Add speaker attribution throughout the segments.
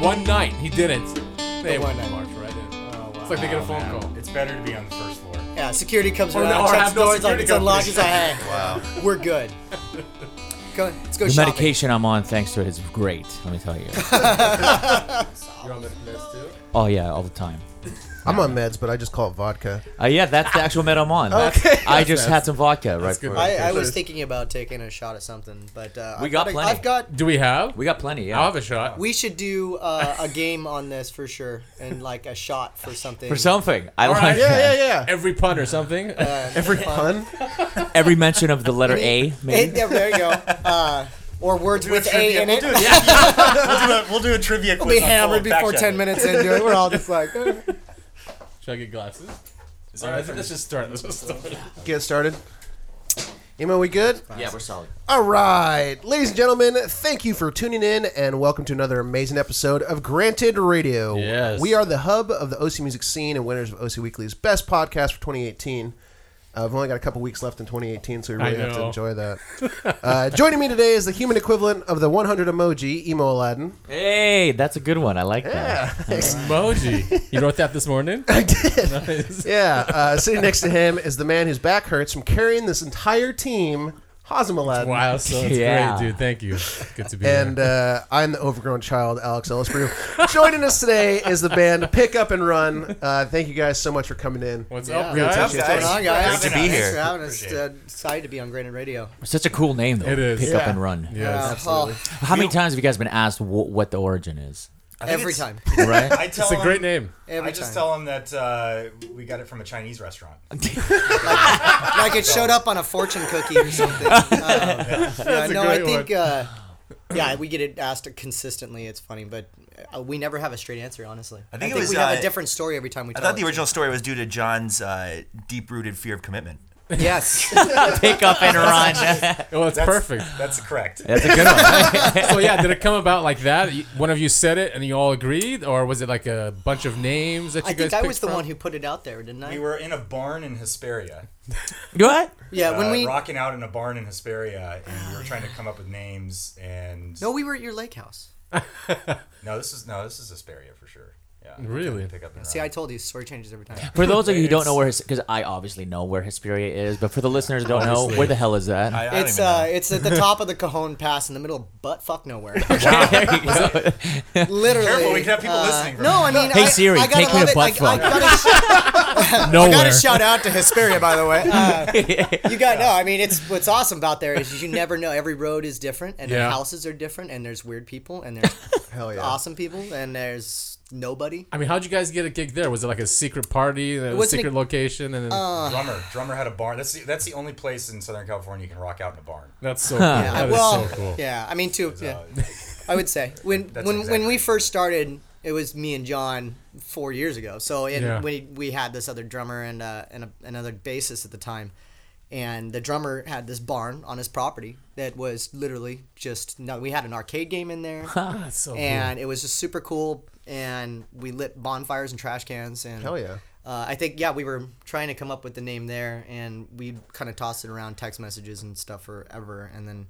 Speaker 1: One night he didn't. They
Speaker 2: The one night.
Speaker 1: marched right in.
Speaker 2: Oh, wow.
Speaker 1: It's like they get a phone call.
Speaker 3: It's better to be on the first floor.
Speaker 2: Yeah, security comes
Speaker 3: Oh,
Speaker 1: Or-
Speaker 2: around,
Speaker 1: or
Speaker 2: checks
Speaker 1: have no
Speaker 2: the doors, like
Speaker 1: security
Speaker 2: it's unlocked. He's
Speaker 1: company.
Speaker 2: like, hey,
Speaker 4: Wow.
Speaker 2: we're good. Go, let's go
Speaker 5: The
Speaker 2: shopping.
Speaker 5: medication I'm on, thanks to it, is great. Let me tell you.
Speaker 1: You're on the meds too.
Speaker 5: oh yeah, all the time.
Speaker 4: I'm on meds, but I just call it vodka.
Speaker 5: Uh, yeah, that's the actual med I'm on. That's-
Speaker 2: Okay.
Speaker 5: I just had some vodka right.
Speaker 1: good.
Speaker 5: before-
Speaker 2: I, I was thinking about taking a shot of something, but uh,
Speaker 5: We
Speaker 2: I've
Speaker 5: got
Speaker 2: a-
Speaker 5: plenty.
Speaker 2: I've got.
Speaker 1: Do we have?
Speaker 5: We got plenty. Yeah.
Speaker 1: I'll have a shot.
Speaker 2: We should do uh, a game on this for sure, and like a shot for something.
Speaker 5: for something, I like
Speaker 1: right.
Speaker 4: Yeah,
Speaker 5: that.
Speaker 4: yeah, yeah.
Speaker 1: Every pun or something.
Speaker 2: Uh,
Speaker 4: Every
Speaker 2: fun.
Speaker 4: pun.
Speaker 5: every mention of the letter A.
Speaker 2: Hey,
Speaker 5: Maybe.
Speaker 2: yeah, there you go. Uh, or words
Speaker 3: We'll do
Speaker 2: with A in
Speaker 3: we'll
Speaker 2: it.
Speaker 3: do a- yeah. we'll, do a, we'll do a trivia quiz.
Speaker 2: We'll be
Speaker 3: on full
Speaker 2: hammered
Speaker 3: fact
Speaker 2: before ten
Speaker 3: checking.
Speaker 2: minutes into it. We're all just like, eh.
Speaker 1: Should I get glasses? All right, let's just start. Let's just start.
Speaker 4: Get started. Emo, we good?
Speaker 5: yeah, we're solid.
Speaker 4: All right, ladies and gentlemen, thank you for tuning in and welcome to another amazing episode of Granted Radio.
Speaker 1: Yes.
Speaker 4: We are the hub of the OC music scene and winners of OC Weekly's best podcast for 2018. Uh, we've only got a couple weeks left in 2018, so we
Speaker 1: I
Speaker 4: really have to
Speaker 1: know.
Speaker 4: enjoy that. uh, joining me today is the human equivalent of the 100 emoji, Emo Aladdin.
Speaker 5: Hey, that's a good one. I like that.
Speaker 1: Emoji. You wrote that this morning?
Speaker 4: I did.
Speaker 1: Nice.
Speaker 4: Yeah, uh, sitting next to him is the man whose back hurts from carrying this entire team, Hazem Aladdin.
Speaker 1: Wow, so it's
Speaker 5: Yeah.
Speaker 1: great, dude. Thank you. Good to be
Speaker 4: And
Speaker 1: here.
Speaker 4: uh, I'm the overgrown child, Alex Ellisbrew. Joining us today is the band Pick Up and Run. Uh, thank you guys so much for coming in.
Speaker 1: What's
Speaker 2: Yeah.
Speaker 1: up,
Speaker 4: Really
Speaker 1: guys?
Speaker 4: touchy.
Speaker 2: What's going on, guys?
Speaker 3: Great to be
Speaker 2: Thanks
Speaker 3: here.
Speaker 2: for having us.
Speaker 3: Appreciate
Speaker 2: Uh, excited to be on Granted Radio. Uh,
Speaker 5: Such a cool name though.
Speaker 1: It is.
Speaker 5: Pick up
Speaker 4: Yeah.
Speaker 5: and run.
Speaker 1: Yes.
Speaker 2: well,
Speaker 5: How many times have you guys been asked wh- what the origin is?
Speaker 3: I think
Speaker 2: every
Speaker 3: it's-
Speaker 2: time.
Speaker 5: Right.
Speaker 3: I tell
Speaker 1: It's a great
Speaker 3: him-
Speaker 1: name.
Speaker 2: Every
Speaker 3: I just
Speaker 2: time.
Speaker 3: tell him that uh, we got it from a Chinese restaurant.
Speaker 2: like it showed up on a fortune cookie or something. I don't know. Yeah,
Speaker 1: a
Speaker 2: no, I
Speaker 1: great
Speaker 2: think. Uh, yeah, we get it asked consistently. It's funny, but uh, we never have a straight answer. Honestly, I
Speaker 6: think it was,
Speaker 2: we have a
Speaker 6: uh,
Speaker 2: different story every time we.
Speaker 6: I
Speaker 2: Tell
Speaker 6: thought the
Speaker 2: it.
Speaker 6: original story was due to John's uh, deep-rooted fear of commitment.
Speaker 2: Yes,
Speaker 5: Pick up and run.
Speaker 1: Well, it's
Speaker 3: That's-
Speaker 1: perfect.
Speaker 3: That's correct.
Speaker 5: that's a good one.
Speaker 1: So yeah, did it come about like that? You- One of you said it, and you all agreed, or was it like a bunch of names that you
Speaker 2: I
Speaker 1: guys?
Speaker 2: think I
Speaker 1: picked
Speaker 2: was the
Speaker 1: from?
Speaker 2: one who put it out there, didn't I?
Speaker 3: We were in a barn in Hesperia.
Speaker 5: what?
Speaker 2: yeah, when
Speaker 3: uh,
Speaker 2: we.
Speaker 3: rocking out in a barn in Hesperia, and we were trying to come up with names. And
Speaker 2: no, we were at your lake house.
Speaker 3: no, this is no, this is Hesperia for sure. Yeah,
Speaker 1: Really?
Speaker 3: Pick up and
Speaker 2: See, I
Speaker 3: run.
Speaker 2: told you, story changes every time.
Speaker 5: For those of you who don't know where, because I obviously know where Hesperia is, but for the listeners who don't know, where the hell is that?
Speaker 6: I, I don't
Speaker 2: It's
Speaker 6: even know.
Speaker 2: uh, it's at the top of the Cajon Pass in the middle of butt fuck nowhere.
Speaker 5: There you go.
Speaker 2: Literally.
Speaker 3: Careful, we could have people
Speaker 2: uh,
Speaker 3: listening from
Speaker 2: No, I mean,
Speaker 5: Hey,
Speaker 2: I,
Speaker 5: Siri,
Speaker 2: I gotta
Speaker 5: take me to
Speaker 2: love it.
Speaker 5: butt
Speaker 2: I- I
Speaker 5: fuck.
Speaker 2: gotta I got
Speaker 1: Nowhere.
Speaker 2: to shout out to Hesperia, by the way. Uh, you got no. I mean, it's what's awesome about there is you never know. Every road is different, and
Speaker 1: Yeah.
Speaker 2: the houses are different, and there's weird people, and there's
Speaker 4: Hell yeah.
Speaker 2: awesome people, and there's nobody.
Speaker 1: I mean, how'd you guys get a gig there? Was it like a secret party, a
Speaker 2: wasn't a- Uh,
Speaker 1: secret location, and then,
Speaker 3: drummer. Drummer had a barn. That's the, that's the only place in Southern California you can rock out in a barn.
Speaker 1: that's so cool. That is
Speaker 2: Yeah, well,
Speaker 1: so cool.
Speaker 2: yeah. I mean, too. Yeah,
Speaker 3: Uh,
Speaker 2: I would say when when
Speaker 3: That's
Speaker 2: when we
Speaker 3: exactly-
Speaker 2: first started, it was me and John four years ago. So and
Speaker 1: Yeah.
Speaker 2: we we had this other drummer and uh, and a, another bassist at the time, and the drummer had this barn on his property that was literally just no. We had an arcade game in there.
Speaker 1: That's so
Speaker 4: Oh,
Speaker 2: and it was just super cool. And we lit bonfires and trash cans. And
Speaker 4: Hell yeah.
Speaker 2: Uh, I think yeah, we were trying to come up with the name there, and we kind of tossed it around text messages and stuff forever. And then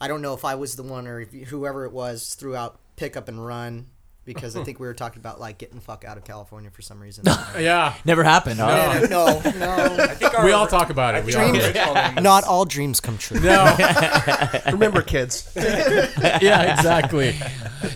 Speaker 2: I don't know if I was the one or if whoever it was threw out pick up and run because I think we were talking about like getting the fuck out of California for some reason.
Speaker 1: cool. Yeah,
Speaker 5: Never happened. Huh?
Speaker 2: no, no, no,
Speaker 3: I think our
Speaker 1: we all
Speaker 3: ori-
Speaker 1: talk about
Speaker 3: I
Speaker 1: it. We
Speaker 3: think
Speaker 1: all.
Speaker 3: our
Speaker 2: Dream-
Speaker 3: original name was-
Speaker 2: not all dreams come true.
Speaker 1: No,
Speaker 4: Remember, kids.
Speaker 1: yeah, exactly.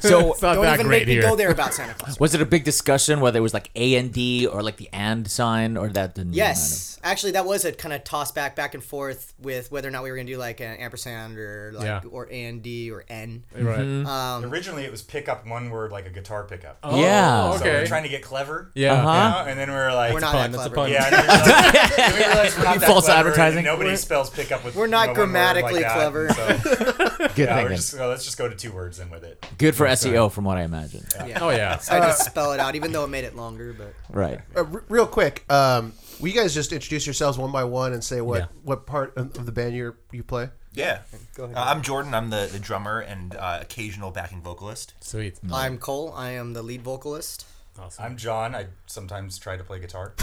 Speaker 5: So
Speaker 1: it's not
Speaker 2: Don't
Speaker 1: that
Speaker 2: even
Speaker 1: great
Speaker 2: make me
Speaker 1: here.
Speaker 2: go there about Santa Claus.
Speaker 5: Was it a big discussion whether it was like A and D or like the and sign or that didn't? really
Speaker 2: Yes, actually, that was a kind of toss back back and forth with whether or not we were going to do like an ampersand or like
Speaker 1: Yeah.
Speaker 2: or and D or n.
Speaker 1: Right.
Speaker 3: Originally, it was pick up one word like a guitar pickup.
Speaker 1: Oh,
Speaker 5: Yeah.
Speaker 3: So we
Speaker 1: Okay.
Speaker 3: we're trying to get clever.
Speaker 1: yeah.
Speaker 5: Uh-huh.
Speaker 3: You know? And then we were like,
Speaker 2: We're not
Speaker 1: pun,
Speaker 2: that
Speaker 1: that's a pun.
Speaker 2: clever.
Speaker 3: Yeah, and we realized, we realized we're not that
Speaker 5: False
Speaker 3: clever, and
Speaker 5: advertising.
Speaker 3: Nobody spells pickup with.
Speaker 2: we're not
Speaker 3: you know, one word
Speaker 2: grammatically
Speaker 3: like that,
Speaker 2: clever.
Speaker 3: and So,
Speaker 5: matter? Good
Speaker 3: yeah, we're
Speaker 5: thinking.
Speaker 3: just, well, let's just go to two words then with it.
Speaker 5: Good for SEO, from what I imagine.
Speaker 2: Yeah.
Speaker 1: Oh yeah.
Speaker 2: So I just spell it out, even though it made it longer. But
Speaker 5: Right.
Speaker 4: Uh, r- real quick, um, will you guys just introduce yourselves one by one and say what,
Speaker 5: Yeah.
Speaker 4: what part of of the band you you play?
Speaker 6: yeah.
Speaker 2: Go ahead.
Speaker 6: Uh, I'm Jordan. I'm the, the drummer and uh, occasional backing vocalist.
Speaker 1: Sweet.
Speaker 2: I'm Cole. I am the lead vocalist.
Speaker 1: Awesome.
Speaker 3: I'm John. I sometimes try to play guitar.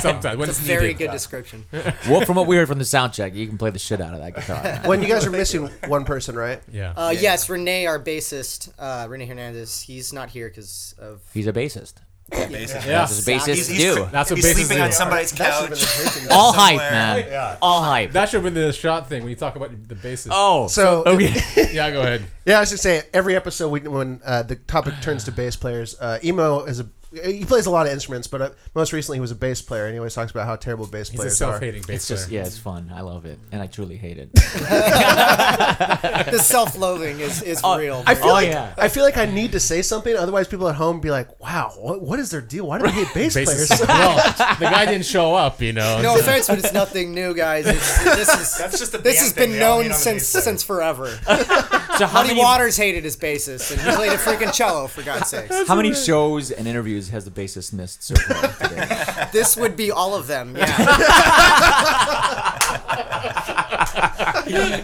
Speaker 1: Sometimes when
Speaker 2: It's
Speaker 1: it's
Speaker 2: a very
Speaker 1: needed.
Speaker 2: good description.
Speaker 5: well, from what we heard from the sound check, you can play the shit out of that guitar.
Speaker 4: When you guys are missing one person, right?
Speaker 1: Yeah.
Speaker 2: Uh, yes, Renee, our bassist, uh, Renee Hernandez, he's not here because of.
Speaker 5: He's a bassist.
Speaker 6: Basically.
Speaker 1: yeah.
Speaker 5: That's what bassists
Speaker 6: He's, he's,
Speaker 5: do.
Speaker 1: That's what
Speaker 6: he's
Speaker 1: bases
Speaker 6: sleeping
Speaker 1: do.
Speaker 6: on somebody's
Speaker 4: That
Speaker 6: couch.
Speaker 4: should've been the drinking
Speaker 5: All
Speaker 4: game.
Speaker 5: hype,
Speaker 6: somewhere.
Speaker 5: man. All hype.
Speaker 1: That should have been the shot thing when you talk about the basis.
Speaker 5: oh,
Speaker 4: So
Speaker 5: okay.
Speaker 1: yeah, go ahead.
Speaker 4: yeah, I should say every episode we, when uh, the topic turns to bass players, uh, emo is a he plays a lot of instruments, but uh, most recently he was a bass player, and he always talks about how terrible bass
Speaker 1: He's a
Speaker 4: players are.
Speaker 1: self-hating bass
Speaker 5: it's just
Speaker 1: player.
Speaker 5: yeah, it's fun. I love it, and I truly hate it.
Speaker 2: The self loathing is, is real.
Speaker 4: I feel
Speaker 5: Oh,
Speaker 4: like
Speaker 5: yeah.
Speaker 4: I feel like I need to say something, otherwise people at home be like, "Wow, what, what is their deal? Why do they hate bass
Speaker 1: Bassist.
Speaker 4: players?"
Speaker 1: well, the guy didn't show up, you know.
Speaker 2: no
Speaker 1: so-
Speaker 2: offense, but it's nothing new, guys. It's, this is,
Speaker 3: That's just a
Speaker 2: this
Speaker 3: band
Speaker 2: has
Speaker 3: thing.
Speaker 2: been
Speaker 3: They all meet
Speaker 2: known
Speaker 3: on the
Speaker 2: since
Speaker 3: bass
Speaker 2: since forever.
Speaker 5: So how
Speaker 2: Muddy
Speaker 5: many
Speaker 2: Waters hated his bassist, and he played a freaking cello for God's sake.
Speaker 5: how many shows and interviews has the bassist missed so far today?
Speaker 2: This would be all of them. Yeah,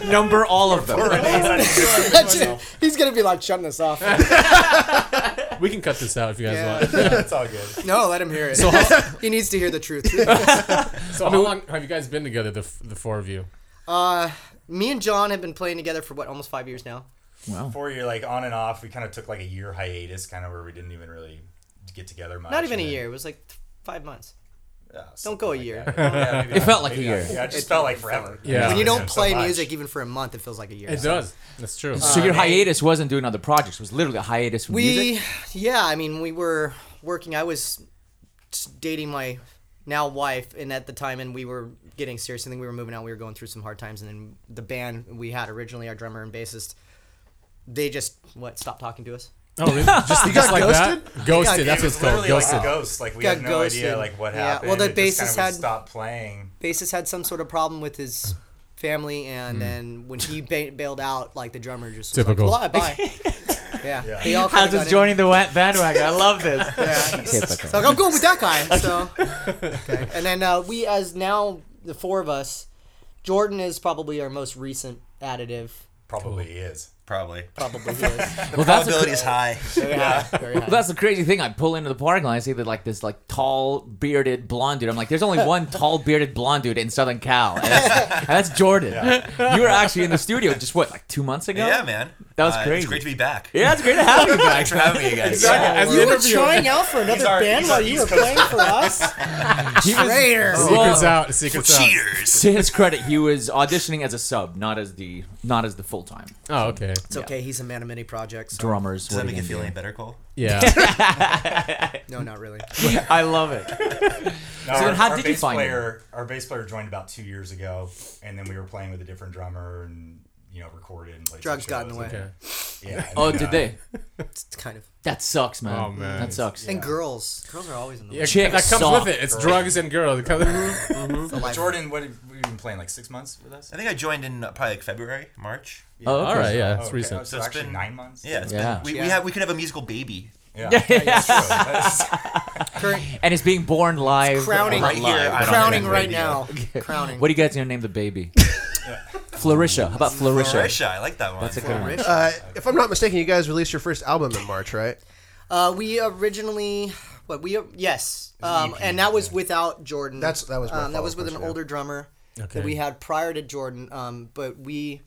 Speaker 5: Number all of them.
Speaker 3: side.
Speaker 2: Imagine- he's gonna be like, shut this off.
Speaker 1: we can cut this out if you guys
Speaker 2: Yeah.
Speaker 1: want.
Speaker 3: That's all good.
Speaker 2: No, let him hear it. he needs to hear the truth.
Speaker 1: So how long have you guys been together, the, f- the four of you?
Speaker 2: Me and John have been playing together for what almost five years now.
Speaker 3: Before you're like on and off, we kind of took like a year hiatus, kind of where we didn't even really get together much.
Speaker 2: Not even a
Speaker 3: and then-
Speaker 2: year. It was like th- five months.
Speaker 3: Yeah,
Speaker 2: Don't go a year.
Speaker 3: it
Speaker 5: felt like a year.
Speaker 3: Yeah, it just felt like forever.
Speaker 1: Yeah.
Speaker 2: When you
Speaker 3: Yeah,
Speaker 2: don't
Speaker 3: so
Speaker 2: play
Speaker 3: much.
Speaker 2: music even for a month, it feels like a year.
Speaker 1: It does. That's true.
Speaker 5: So your hiatus wasn't doing other projects. It was literally a hiatus from
Speaker 2: We,
Speaker 5: music.
Speaker 2: yeah, I mean, we were working. I was t- dating my now wife, and at the time, and we were getting serious. I think we were moving out. We were going through some hard times, and then the band we had originally, our drummer and bassist, they just what stopped talking to us.
Speaker 1: Oh, really? Just, just like that? Ghosted.
Speaker 2: Yeah,
Speaker 1: that's
Speaker 3: It
Speaker 1: what it's
Speaker 3: was
Speaker 1: called.
Speaker 3: literally like
Speaker 1: Ghosted.
Speaker 3: a ghost. Like we
Speaker 2: Got
Speaker 3: had no
Speaker 2: ghosted.
Speaker 3: idea like what
Speaker 2: Yeah,
Speaker 3: happened.
Speaker 2: well, the
Speaker 3: It just
Speaker 2: bassist
Speaker 3: kinda would
Speaker 2: had-
Speaker 3: stopped playing.
Speaker 2: Bassist had some sort of problem with his family, and then when he ba- bailed out, like the drummer just was
Speaker 1: Typical.
Speaker 2: Like, "Well, bye. yeah,
Speaker 3: Yeah.
Speaker 2: They all kinda
Speaker 5: How's
Speaker 2: got
Speaker 5: this
Speaker 2: in.
Speaker 5: joining the wa- bandwagon? I love this. Typical.
Speaker 2: So like, I'm going with that guy. So, okay. and then uh, we, as now the four of us, Jordan is probably our most recent additive.
Speaker 3: Probably is.
Speaker 6: Probably.
Speaker 2: Probably he is.
Speaker 5: well, that's a
Speaker 6: Probability is high.
Speaker 2: Very high, very high.
Speaker 5: Well, that's the crazy thing. I pull into the parking lot. I see that like this like tall bearded blonde dude. I'm like, there's only one tall bearded blonde dude in Southern Cal, and that's, and that's Jordan. You were actually in the studio just what like two months ago.
Speaker 6: Yeah, man.
Speaker 5: That was
Speaker 6: Uh,
Speaker 5: crazy.
Speaker 6: It's great to be back.
Speaker 5: Yeah, it's great to have you back.
Speaker 6: Thanks for having me, you guys.
Speaker 1: As an
Speaker 2: You were
Speaker 1: interviewer,
Speaker 2: trying out for another
Speaker 3: our-
Speaker 2: band
Speaker 3: he's
Speaker 2: while
Speaker 3: our
Speaker 2: you were
Speaker 3: East
Speaker 2: playing for us.
Speaker 5: He was-
Speaker 2: Traitor.
Speaker 5: Well,
Speaker 1: Secrets out. Secrets out.
Speaker 6: Cheers.
Speaker 5: to his credit, he was auditioning as a sub, not as the not as the full time
Speaker 1: Oh, okay.
Speaker 2: It's okay. He's a man of many projects. so-
Speaker 5: drummers.
Speaker 6: Does
Speaker 5: what
Speaker 6: that
Speaker 5: are
Speaker 6: make you
Speaker 5: you
Speaker 6: feel
Speaker 5: gonna
Speaker 6: any better, Cole?
Speaker 1: Yeah.
Speaker 2: No, not really.
Speaker 5: do? I love it.
Speaker 3: No,
Speaker 5: So
Speaker 3: our,
Speaker 5: then how
Speaker 3: our
Speaker 5: did you
Speaker 3: bass
Speaker 5: find him?
Speaker 3: player, Our bass player joined about two years ago, and then we were playing with a different drummer and you know recorded and played. some
Speaker 2: Drugs got in the
Speaker 3: shows.
Speaker 2: way.
Speaker 1: okay.
Speaker 3: Yeah. and
Speaker 5: Oh,
Speaker 3: then,
Speaker 5: did
Speaker 3: uh,
Speaker 5: they?
Speaker 2: It's kind of.
Speaker 5: That sucks, man.
Speaker 1: Oh, man.
Speaker 5: that sucks.
Speaker 2: And girls, girls are always in the way.
Speaker 1: Yeah,
Speaker 5: Chicks
Speaker 1: that comes
Speaker 5: suck.
Speaker 1: with it. It's drugs and girls. It comes-
Speaker 2: The life.
Speaker 3: uh, Jordan, what have you been playing? Like six months with us?
Speaker 6: I think I joined in uh, probably like February, March. Yeah,
Speaker 5: Oh, okay.
Speaker 1: All right. Yeah,
Speaker 3: Oh,
Speaker 1: it's
Speaker 3: okay.
Speaker 1: recent.
Speaker 3: So
Speaker 6: it's
Speaker 3: actually
Speaker 6: been-
Speaker 3: nine months.
Speaker 6: it's
Speaker 5: Yeah.
Speaker 6: Been, we,
Speaker 2: Yeah.
Speaker 6: we have we could have a musical baby
Speaker 3: Yeah. yeah. that's true. That's-
Speaker 2: Cur-
Speaker 5: And it's being born live.
Speaker 2: crowning
Speaker 6: Right
Speaker 2: right
Speaker 6: here, I don't
Speaker 2: crowning
Speaker 6: have
Speaker 2: right
Speaker 6: radio.
Speaker 2: now. Crowning.
Speaker 5: What are you guys gonna name the baby? Florisha. How about Florisha?
Speaker 6: Marisha. I like that one.
Speaker 5: That's a good one.
Speaker 4: Uh, if I'm not mistaken, you guys released your first album in March, right?
Speaker 2: Uh, we originally, what we yes,
Speaker 5: E
Speaker 2: um, and that was without Jordan.
Speaker 4: That's- that was my
Speaker 2: um, that
Speaker 4: follow-up
Speaker 2: was with an
Speaker 4: question, yeah.
Speaker 2: older drummer
Speaker 1: Okay.
Speaker 2: that we had prior to Jordan. Um, but we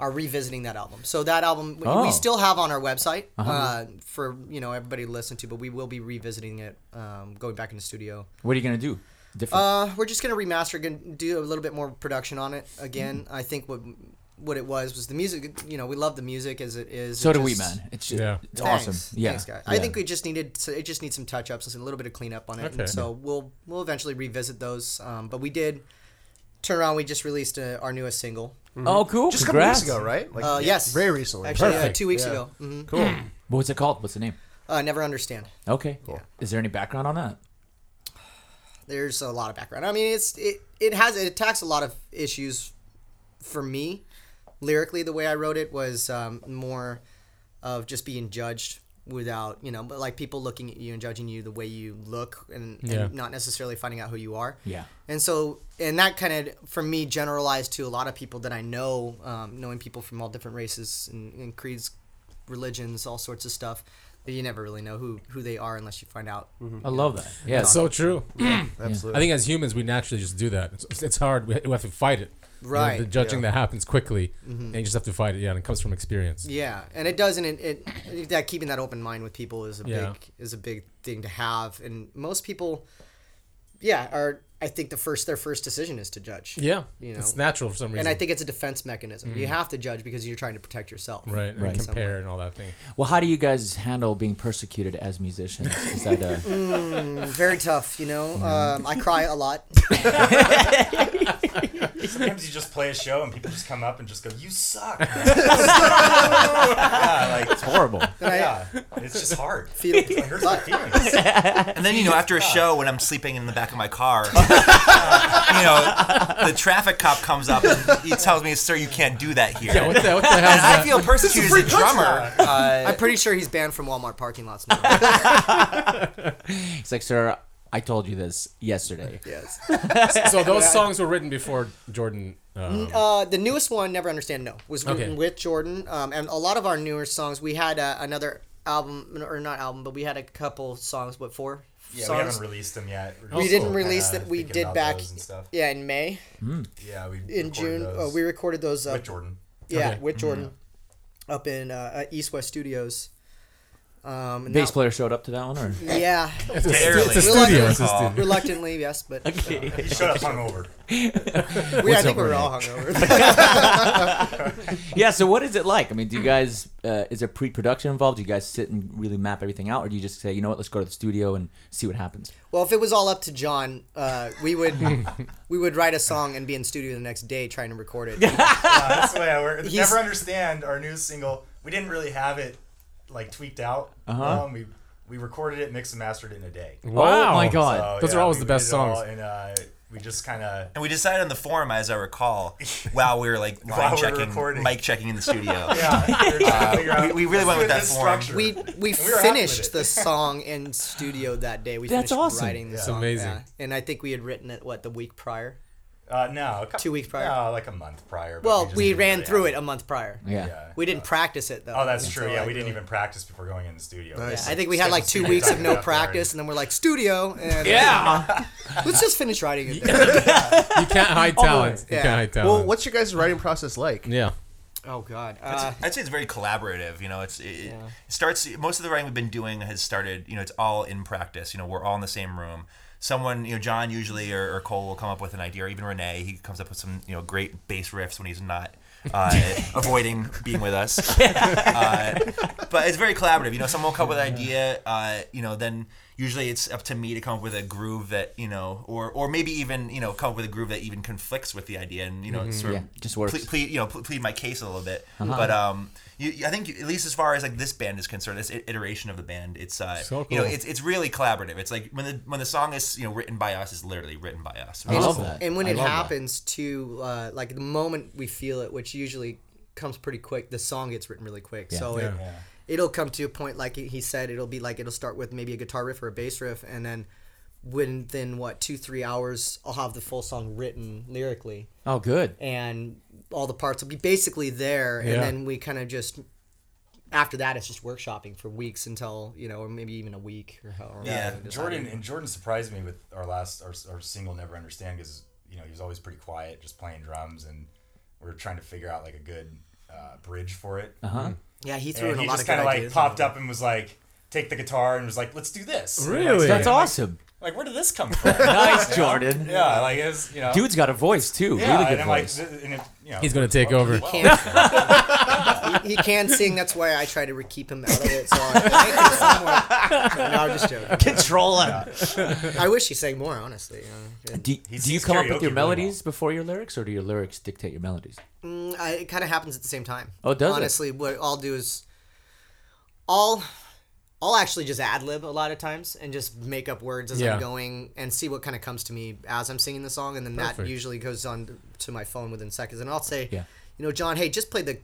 Speaker 2: are revisiting that album. So that album we, we
Speaker 5: Oh. Uh-huh.
Speaker 2: still have on our website uh, for you know everybody to listen to. But we will be revisiting it, um, going back in the studio.
Speaker 5: What are you gonna do? Different.
Speaker 2: Uh, we're just gonna remaster and do a little bit more production on it again.
Speaker 5: Mm-hmm.
Speaker 2: I think what what it was was the music. You know, we love the music as it is.
Speaker 5: so
Speaker 2: It
Speaker 5: do we,
Speaker 2: just-
Speaker 5: man. It's just,
Speaker 1: Yeah.
Speaker 5: it's
Speaker 2: Thanks.
Speaker 5: awesome. Yeah.
Speaker 2: Thanks, guys. I
Speaker 5: Yeah.
Speaker 2: think we just needed to, it just needs some touch ups and a little bit of cleanup on it.
Speaker 1: Okay.
Speaker 2: And so we'll we'll eventually revisit those. Um, but we did turn around. We just released uh our newest single.
Speaker 5: Oh, cool.
Speaker 4: Just a couple
Speaker 5: Congrats.
Speaker 4: weeks ago, right? Like,
Speaker 2: Uh, yes,
Speaker 4: very recently.
Speaker 2: Actually, uh,
Speaker 1: Perfect.
Speaker 2: two weeks
Speaker 4: Yeah.
Speaker 2: ago. hmm
Speaker 4: Cool.
Speaker 5: What's it called? What's the name?
Speaker 2: Uh, Never understand.
Speaker 5: Okay. Is there any background on that?
Speaker 2: There's a lot of background. I mean, it's it it has it attacks a lot of issues for me lyrically. The way I wrote it was um, more of just being judged without you know, but like people looking at you and judging you the way you look and,
Speaker 1: Yeah.
Speaker 2: and not necessarily finding out who you are.
Speaker 5: Yeah.
Speaker 2: And so, and that kind of, for me, generalized to a lot of people that I know, um, knowing people from all different races and, and creeds, religions, all sorts of stuff. you never really know who who they are unless you find out.
Speaker 5: I love that. Yeah.
Speaker 1: That's so true. I
Speaker 4: Absolutely.
Speaker 1: think as humans, we naturally just do that. It's, it's hard. We, we have to fight it. You know,
Speaker 2: Right,
Speaker 1: the judging that happens quickly, and you just have to fight it. Yeah, and it comes from experience.
Speaker 2: Yeah, and it doesn't. It, it that keeping that open mind with people is a
Speaker 1: Yeah.
Speaker 2: big is a big thing to have, and most people, yeah, are I think the first their first decision is to judge.
Speaker 1: Yeah,
Speaker 2: You
Speaker 1: it's
Speaker 2: know.
Speaker 1: natural for some reason.
Speaker 2: And I think it's a defense mechanism. You have to judge because you're trying to protect yourself.
Speaker 1: right, and
Speaker 5: Right.
Speaker 1: compare and all that thing.
Speaker 5: Well, how do you guys handle being persecuted as musicians? Is that uh,
Speaker 2: Very tough, you know.
Speaker 1: Mm-hmm.
Speaker 2: Um, I cry a lot.
Speaker 3: Sometimes you just play a show and people just come up and just go, "You suck." yeah, like
Speaker 5: horrible?
Speaker 3: yeah, it's just hard.
Speaker 2: Feel-
Speaker 3: It's like, hurts my feelings.
Speaker 6: And then you know, after a show, when I'm sleeping in the back of my car, you know, the traffic cop comes up and he tells me, "Sir, you can't do that here."
Speaker 1: Yeah, what the, what the hell is
Speaker 6: I
Speaker 1: that?
Speaker 6: feel persecuted as a drummer. Uh,
Speaker 2: I'm pretty sure he's banned from Walmart parking lots now.
Speaker 5: It's like, sir, I told you this yesterday.
Speaker 2: yes.
Speaker 1: so those songs were written before Jordan. Um,
Speaker 2: Uh, the newest one, Never Understand No, was written
Speaker 1: Okay.
Speaker 2: with Jordan. Um, and a lot of our newer songs, we had uh, another album, or not album, but we had a couple songs, what, four?
Speaker 3: Yeah, we
Speaker 2: songs?
Speaker 3: haven't released them yet. We're
Speaker 2: we
Speaker 3: just
Speaker 2: didn't
Speaker 3: kinda
Speaker 2: release that. We
Speaker 3: thinking
Speaker 2: did
Speaker 3: about
Speaker 2: back,
Speaker 3: those and stuff.
Speaker 2: yeah, in May,
Speaker 3: Yeah, we
Speaker 2: in
Speaker 3: recorded
Speaker 2: June. Uh,
Speaker 3: those
Speaker 2: we recorded those up,
Speaker 3: with Jordan. Mm-hmm.
Speaker 2: yeah,
Speaker 1: Okay.
Speaker 2: with Jordan, up in uh, uh, East West Studios. Um, and
Speaker 5: Bass
Speaker 2: that-
Speaker 5: player showed up to that one, or
Speaker 2: yeah,
Speaker 1: it's, a,
Speaker 6: Barely.
Speaker 1: it's a
Speaker 2: We'll let
Speaker 1: studio.
Speaker 2: it
Speaker 1: It's a
Speaker 6: call.
Speaker 1: studio.
Speaker 2: reluctantly, yes, but
Speaker 3: He showed up hungover.
Speaker 2: we, I think we were all hungover.
Speaker 5: yeah. So what is it like? I mean, do you guys uh, is there pre-production involved? Do you guys sit and really map everything out, or do you just say, you know what, let's go to the studio and see what happens?
Speaker 2: Well, if it was all up to John, uh, we would we would write a song and be in studio the next day trying to record it.
Speaker 3: Uh, that's the way I work.
Speaker 2: He's-
Speaker 3: Never understand our new single. We didn't really have it like tweaked out.
Speaker 1: Uh-huh.
Speaker 3: Um, we we recorded it, mixed and mastered it in a day.
Speaker 1: Wow.
Speaker 5: Oh my
Speaker 3: So,
Speaker 5: god.
Speaker 1: Those
Speaker 3: yeah,
Speaker 1: are always
Speaker 3: we-
Speaker 1: the
Speaker 3: we
Speaker 1: best
Speaker 3: did it all,
Speaker 1: songs.
Speaker 3: And uh, we just kind of
Speaker 6: and we decided on the forum, as I recall, while we were like
Speaker 3: While
Speaker 6: line
Speaker 3: we were
Speaker 6: checking,
Speaker 3: recording.
Speaker 6: mic checking in the studio.
Speaker 3: yeah, we were
Speaker 2: Uh,
Speaker 3: trying to figure out,
Speaker 6: we- we really
Speaker 3: let's
Speaker 6: went
Speaker 3: do
Speaker 6: with
Speaker 3: this
Speaker 6: that form.
Speaker 3: structure.
Speaker 2: We we
Speaker 3: And we were happy with
Speaker 2: finished
Speaker 3: it.
Speaker 2: the song in studio that day. We
Speaker 5: That's
Speaker 2: finished
Speaker 5: awesome.
Speaker 2: writing the
Speaker 1: That's
Speaker 2: song.
Speaker 1: amazing.
Speaker 2: yeah. And I think we had written it what the week prior.
Speaker 3: Uh, no, a couple,
Speaker 2: Two weeks prior?
Speaker 3: No, like a month prior. but
Speaker 2: Well,
Speaker 3: just
Speaker 2: we
Speaker 3: didn't
Speaker 2: ran
Speaker 3: really
Speaker 2: through
Speaker 3: have
Speaker 2: it a month prior.
Speaker 5: yeah.
Speaker 3: Yeah.
Speaker 2: We didn't practice it though.
Speaker 3: Oh, that's true.
Speaker 2: until,
Speaker 3: Yeah,
Speaker 2: like,
Speaker 3: we didn't
Speaker 2: really-
Speaker 3: even practice before going in the studio.
Speaker 2: Yeah, I think we had like two weeks of no practice, and then we're like studio, and
Speaker 5: Yeah.
Speaker 2: let's just finish writing it. There.
Speaker 1: You can't hide talent. You
Speaker 2: Yeah.
Speaker 1: can't hide talent.
Speaker 4: Well, what's your guys' writing process like?
Speaker 1: uh, yeah.
Speaker 2: Oh God, uh,
Speaker 6: I'd say it's very collaborative. You know, it's it, it starts. Most of the writing we've been doing has started. You know, it's all in practice. You know, we're all in the same room. Someone, you know, John usually or, or Cole will come up with an idea, or even Renee. He comes up with some, you know, great bass riffs when he's not uh, avoiding being with us. Uh, but it's very collaborative. You know, someone will come up with an idea. Uh, you know, then usually it's up to me to come up with a groove that you know, or or maybe even you know, come up with a groove that even conflicts with the idea, and you know, sort
Speaker 5: Mm-hmm. Yeah,
Speaker 6: of
Speaker 5: just works.
Speaker 6: ple- plead, you know, ple- plead my case a little bit.
Speaker 5: Uh-huh.
Speaker 6: But um, you, you- I think at least as far as like this band is concerned, this i- iteration of the band, it's uh,
Speaker 1: So
Speaker 6: you know,
Speaker 1: cool.
Speaker 6: it's it's really collaborative. It's like when the when the song is you know written by us, it's literally written by us.
Speaker 5: I love that.
Speaker 2: and when
Speaker 5: I
Speaker 2: it
Speaker 5: love that.
Speaker 2: happens to uh, like the moment we feel it which usually comes pretty quick the song gets written really quick so It,
Speaker 1: Yeah.
Speaker 2: it'll come to a point like he said it'll be like it'll start with maybe a guitar riff or a bass riff and then within what two three hours i'll have the full song written lyrically
Speaker 5: Oh, good.
Speaker 2: and all the parts will be basically there
Speaker 1: Yeah.
Speaker 2: and then we kind of just after that it's just workshopping for weeks until you know or maybe even a week or however
Speaker 6: Yeah,
Speaker 2: long we decide.
Speaker 3: Jordan and Jordan surprised me with our last our, our single "Never Understand" because you know he was always pretty quiet, just playing drums, and we were trying to figure out like a good uh, bridge for it. Uh-huh.
Speaker 2: yeah he threw
Speaker 3: And
Speaker 2: in a
Speaker 3: he
Speaker 2: lot
Speaker 3: just
Speaker 2: of good
Speaker 3: kind of like
Speaker 2: ideas.
Speaker 3: popped up and was like, "Take the guitar," and was like, "Let's do this." And, like,
Speaker 1: Really?
Speaker 5: That's
Speaker 1: Yeah.
Speaker 5: awesome.
Speaker 3: Like, where did this come from?
Speaker 5: Nice, Jordan.
Speaker 3: yeah, like it's you know.
Speaker 5: Dude's got a voice too.
Speaker 3: yeah,
Speaker 5: really
Speaker 3: and
Speaker 5: good
Speaker 3: I'm
Speaker 5: voice.
Speaker 3: like, th- and it, you know,
Speaker 1: He's gonna take
Speaker 3: well,
Speaker 1: over.
Speaker 3: well,
Speaker 2: can't. he, he can sing. That's why I try to re- keep him out of it. So I'm like, "Hey, can you sing more?" no, I'm just joking.
Speaker 5: Control him.
Speaker 2: I wish he sang more, honestly. uh, you know.
Speaker 5: Do,
Speaker 3: He
Speaker 5: do you
Speaker 3: sings
Speaker 5: come up with
Speaker 3: karaoke
Speaker 5: your
Speaker 3: really
Speaker 5: melodies before your lyrics, or do your lyrics dictate your melodies?
Speaker 2: Mm, I, it kind of happens at the same time.
Speaker 5: Oh, does it?
Speaker 2: honestly, what I'll do is, I'll, I'll actually just ad lib a lot of times and just make up words as
Speaker 1: Yeah.
Speaker 2: I'm going and see what kind of comes to me as I'm singing the song, and then that
Speaker 1: Perfect.
Speaker 2: usually goes on to my phone within seconds, and I'll say,
Speaker 5: Yeah.
Speaker 2: you know, John, hey, just play the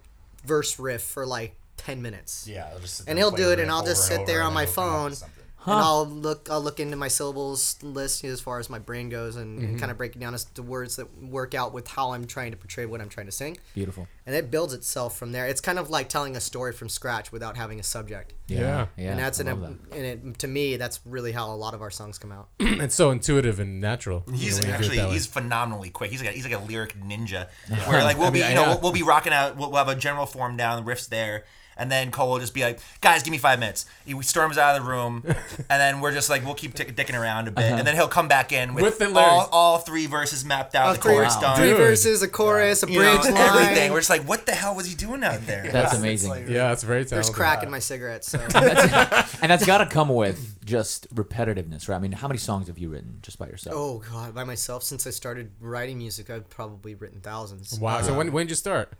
Speaker 2: verse riff for like ten minutes.
Speaker 3: Yeah, I'll just sit
Speaker 2: And
Speaker 3: there
Speaker 2: he'll
Speaker 3: play
Speaker 2: do it,
Speaker 3: riff
Speaker 2: and I'll
Speaker 3: over
Speaker 2: just sit
Speaker 3: over,
Speaker 2: there
Speaker 3: and
Speaker 2: on
Speaker 3: then
Speaker 2: my
Speaker 3: he'll come up
Speaker 2: phone,
Speaker 3: with something.
Speaker 2: and I'll look I'll look into my syllables list you know, as far as my brain goes and,
Speaker 5: Mm-hmm.
Speaker 2: and kind of break it down as the words that work out with how I'm trying to portray what I'm trying to sing.
Speaker 5: Beautiful.
Speaker 2: And it builds itself from there. It's kind of like telling a story from scratch without having a subject.
Speaker 1: Yeah.
Speaker 5: Yeah.
Speaker 2: and that's
Speaker 5: I
Speaker 2: an,
Speaker 5: love that.
Speaker 2: and it, to me that's really how a lot of our songs come out.
Speaker 1: it's so intuitive and natural. you
Speaker 6: He's
Speaker 1: know, when you do it
Speaker 6: actually
Speaker 1: that way.
Speaker 6: he's phenomenally quick. He's like a, he's like a lyric ninja. Where like we'll
Speaker 1: I
Speaker 6: be
Speaker 1: mean,
Speaker 6: you know
Speaker 1: yeah.
Speaker 6: we'll, we'll be rocking out. We'll, we'll have a general form down, the riffs there, and then Cole will just be like, "Guys, give me five minutes." He storms out of the room, and then we're just like we'll keep tick dicking around a bit,
Speaker 5: Uh-huh.
Speaker 6: and then he'll come back in with,
Speaker 1: With the lyrics.
Speaker 6: all, all three verses mapped
Speaker 5: Oh,
Speaker 6: out, the
Speaker 2: three,
Speaker 6: chorus done,
Speaker 2: three
Speaker 1: Dude.
Speaker 2: verses, a chorus, a
Speaker 6: you know,
Speaker 2: bridge line.
Speaker 6: everything. We're just like, what the hell was he doing out there?
Speaker 5: That's
Speaker 3: It's
Speaker 5: amazing.
Speaker 3: like-
Speaker 1: yeah, it's very
Speaker 2: There's
Speaker 5: Oh,
Speaker 1: talented.
Speaker 2: crack in my cigarettes. So.
Speaker 5: and that's got to come with just repetitiveness, right? I mean, how many songs have you written just by yourself?
Speaker 2: oh god, by myself since I started writing music, I've probably written thousands.
Speaker 1: Wow. So when when did you start?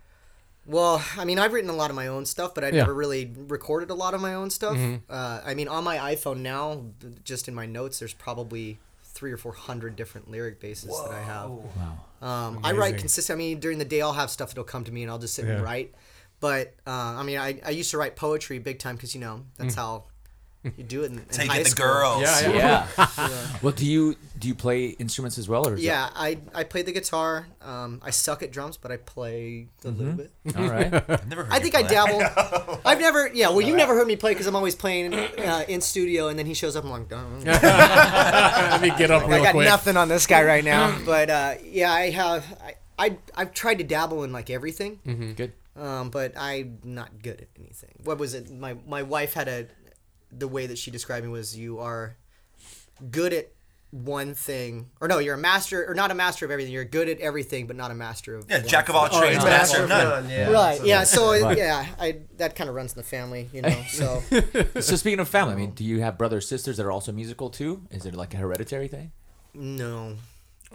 Speaker 2: Well, I mean, I've written a lot of my own stuff, but I
Speaker 1: Yeah. Mm-hmm.
Speaker 2: never really recorded a lot of my own stuff. Uh, I mean, on my iPhone now, th- just in my notes, there's probably three or four hundred different lyric bases that I have.
Speaker 5: Wow.
Speaker 2: Um, I write
Speaker 1: Amazing.
Speaker 2: consistently. I mean, during the day, I'll have stuff that'll come to me, and I'll just sit
Speaker 1: Yeah.
Speaker 2: and write. But uh, I mean, I, I used to write poetry big time because you know
Speaker 1: Mm.
Speaker 2: that's how you do it in, in
Speaker 6: That's how you
Speaker 2: high
Speaker 6: get the
Speaker 2: school.
Speaker 6: girls.
Speaker 1: Yeah, yeah.
Speaker 5: Yeah. Well, do you do you play instruments as well, or is it-
Speaker 2: Yeah, I I play the guitar. Um, I suck at drums, but I play a
Speaker 1: Mm-hmm.
Speaker 2: little bit.
Speaker 5: all right?
Speaker 6: I've never heard
Speaker 2: I
Speaker 6: you
Speaker 2: think
Speaker 6: play
Speaker 2: I
Speaker 6: that.
Speaker 2: dabble. I've never, yeah. Well, you never heard me play because I'm always playing uh, in studio, and then he shows up. I'm like, "Dun."
Speaker 1: Let me get up
Speaker 2: I
Speaker 1: real
Speaker 2: got
Speaker 1: quick.
Speaker 2: nothing on this guy right now. But uh, yeah, I have. I, I I've tried to dabble in like everything,
Speaker 1: Mm-hmm.
Speaker 5: Good.
Speaker 2: um, but I'm not good at anything. What was it? My my wife had a. The way that she described me was, you are good at one thing, or no, you're a master, or not a master of everything. You're good at everything, but not a master of.
Speaker 6: Yeah,
Speaker 2: one
Speaker 6: jack of all
Speaker 2: thing.
Speaker 6: trades,
Speaker 2: Oh, yeah.
Speaker 6: master of none.
Speaker 4: None, yeah.
Speaker 2: Right.
Speaker 4: So-
Speaker 2: Yeah. So yeah, I that kind of runs in the family, you know. So
Speaker 5: So speaking of family, I mean, do you have brothers sisters that are also musical too? Is it like a hereditary thing?
Speaker 2: no,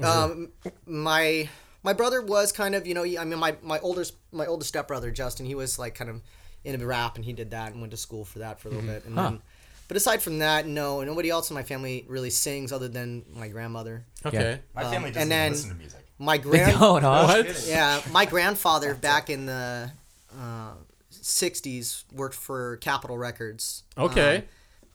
Speaker 2: um, my my brother was kind of you know I mean my my oldest my oldest stepbrother Justin he was like kind of in rap and he did that and went to school for that for a little bit and then, but aside from that no nobody else in my family really sings other than my grandmother
Speaker 1: Okay.
Speaker 3: My family
Speaker 2: um, and
Speaker 3: doesn't
Speaker 2: then-
Speaker 3: even listen to music.
Speaker 2: my
Speaker 5: They
Speaker 2: grand
Speaker 5: don't, huh?
Speaker 1: What?
Speaker 2: yeah my grandfather back in the uh, 60s worked for Capitol Records
Speaker 1: Okay.
Speaker 2: Um,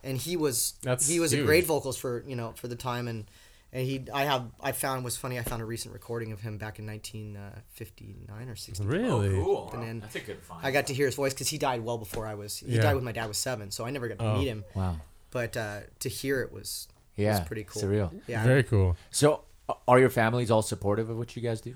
Speaker 2: and he was
Speaker 1: That's
Speaker 2: he was a
Speaker 1: huge.
Speaker 2: great vocals for you know for the time and and he I have I found was funny I found a recent recording of him back in 1959 or 60
Speaker 1: really?
Speaker 5: Cool.
Speaker 2: And then-
Speaker 5: That's a good find.
Speaker 2: I got to hear his voice because he died well before I was he
Speaker 1: Yeah. Oh,
Speaker 2: died when my dad was seven so I never got to meet him
Speaker 5: Wow.
Speaker 2: but uh, to hear it was
Speaker 5: Yeah.
Speaker 2: was pretty cool
Speaker 5: Surreal.
Speaker 2: yeah
Speaker 1: Very cool.
Speaker 5: So, uh, are your families all supportive of what you guys do?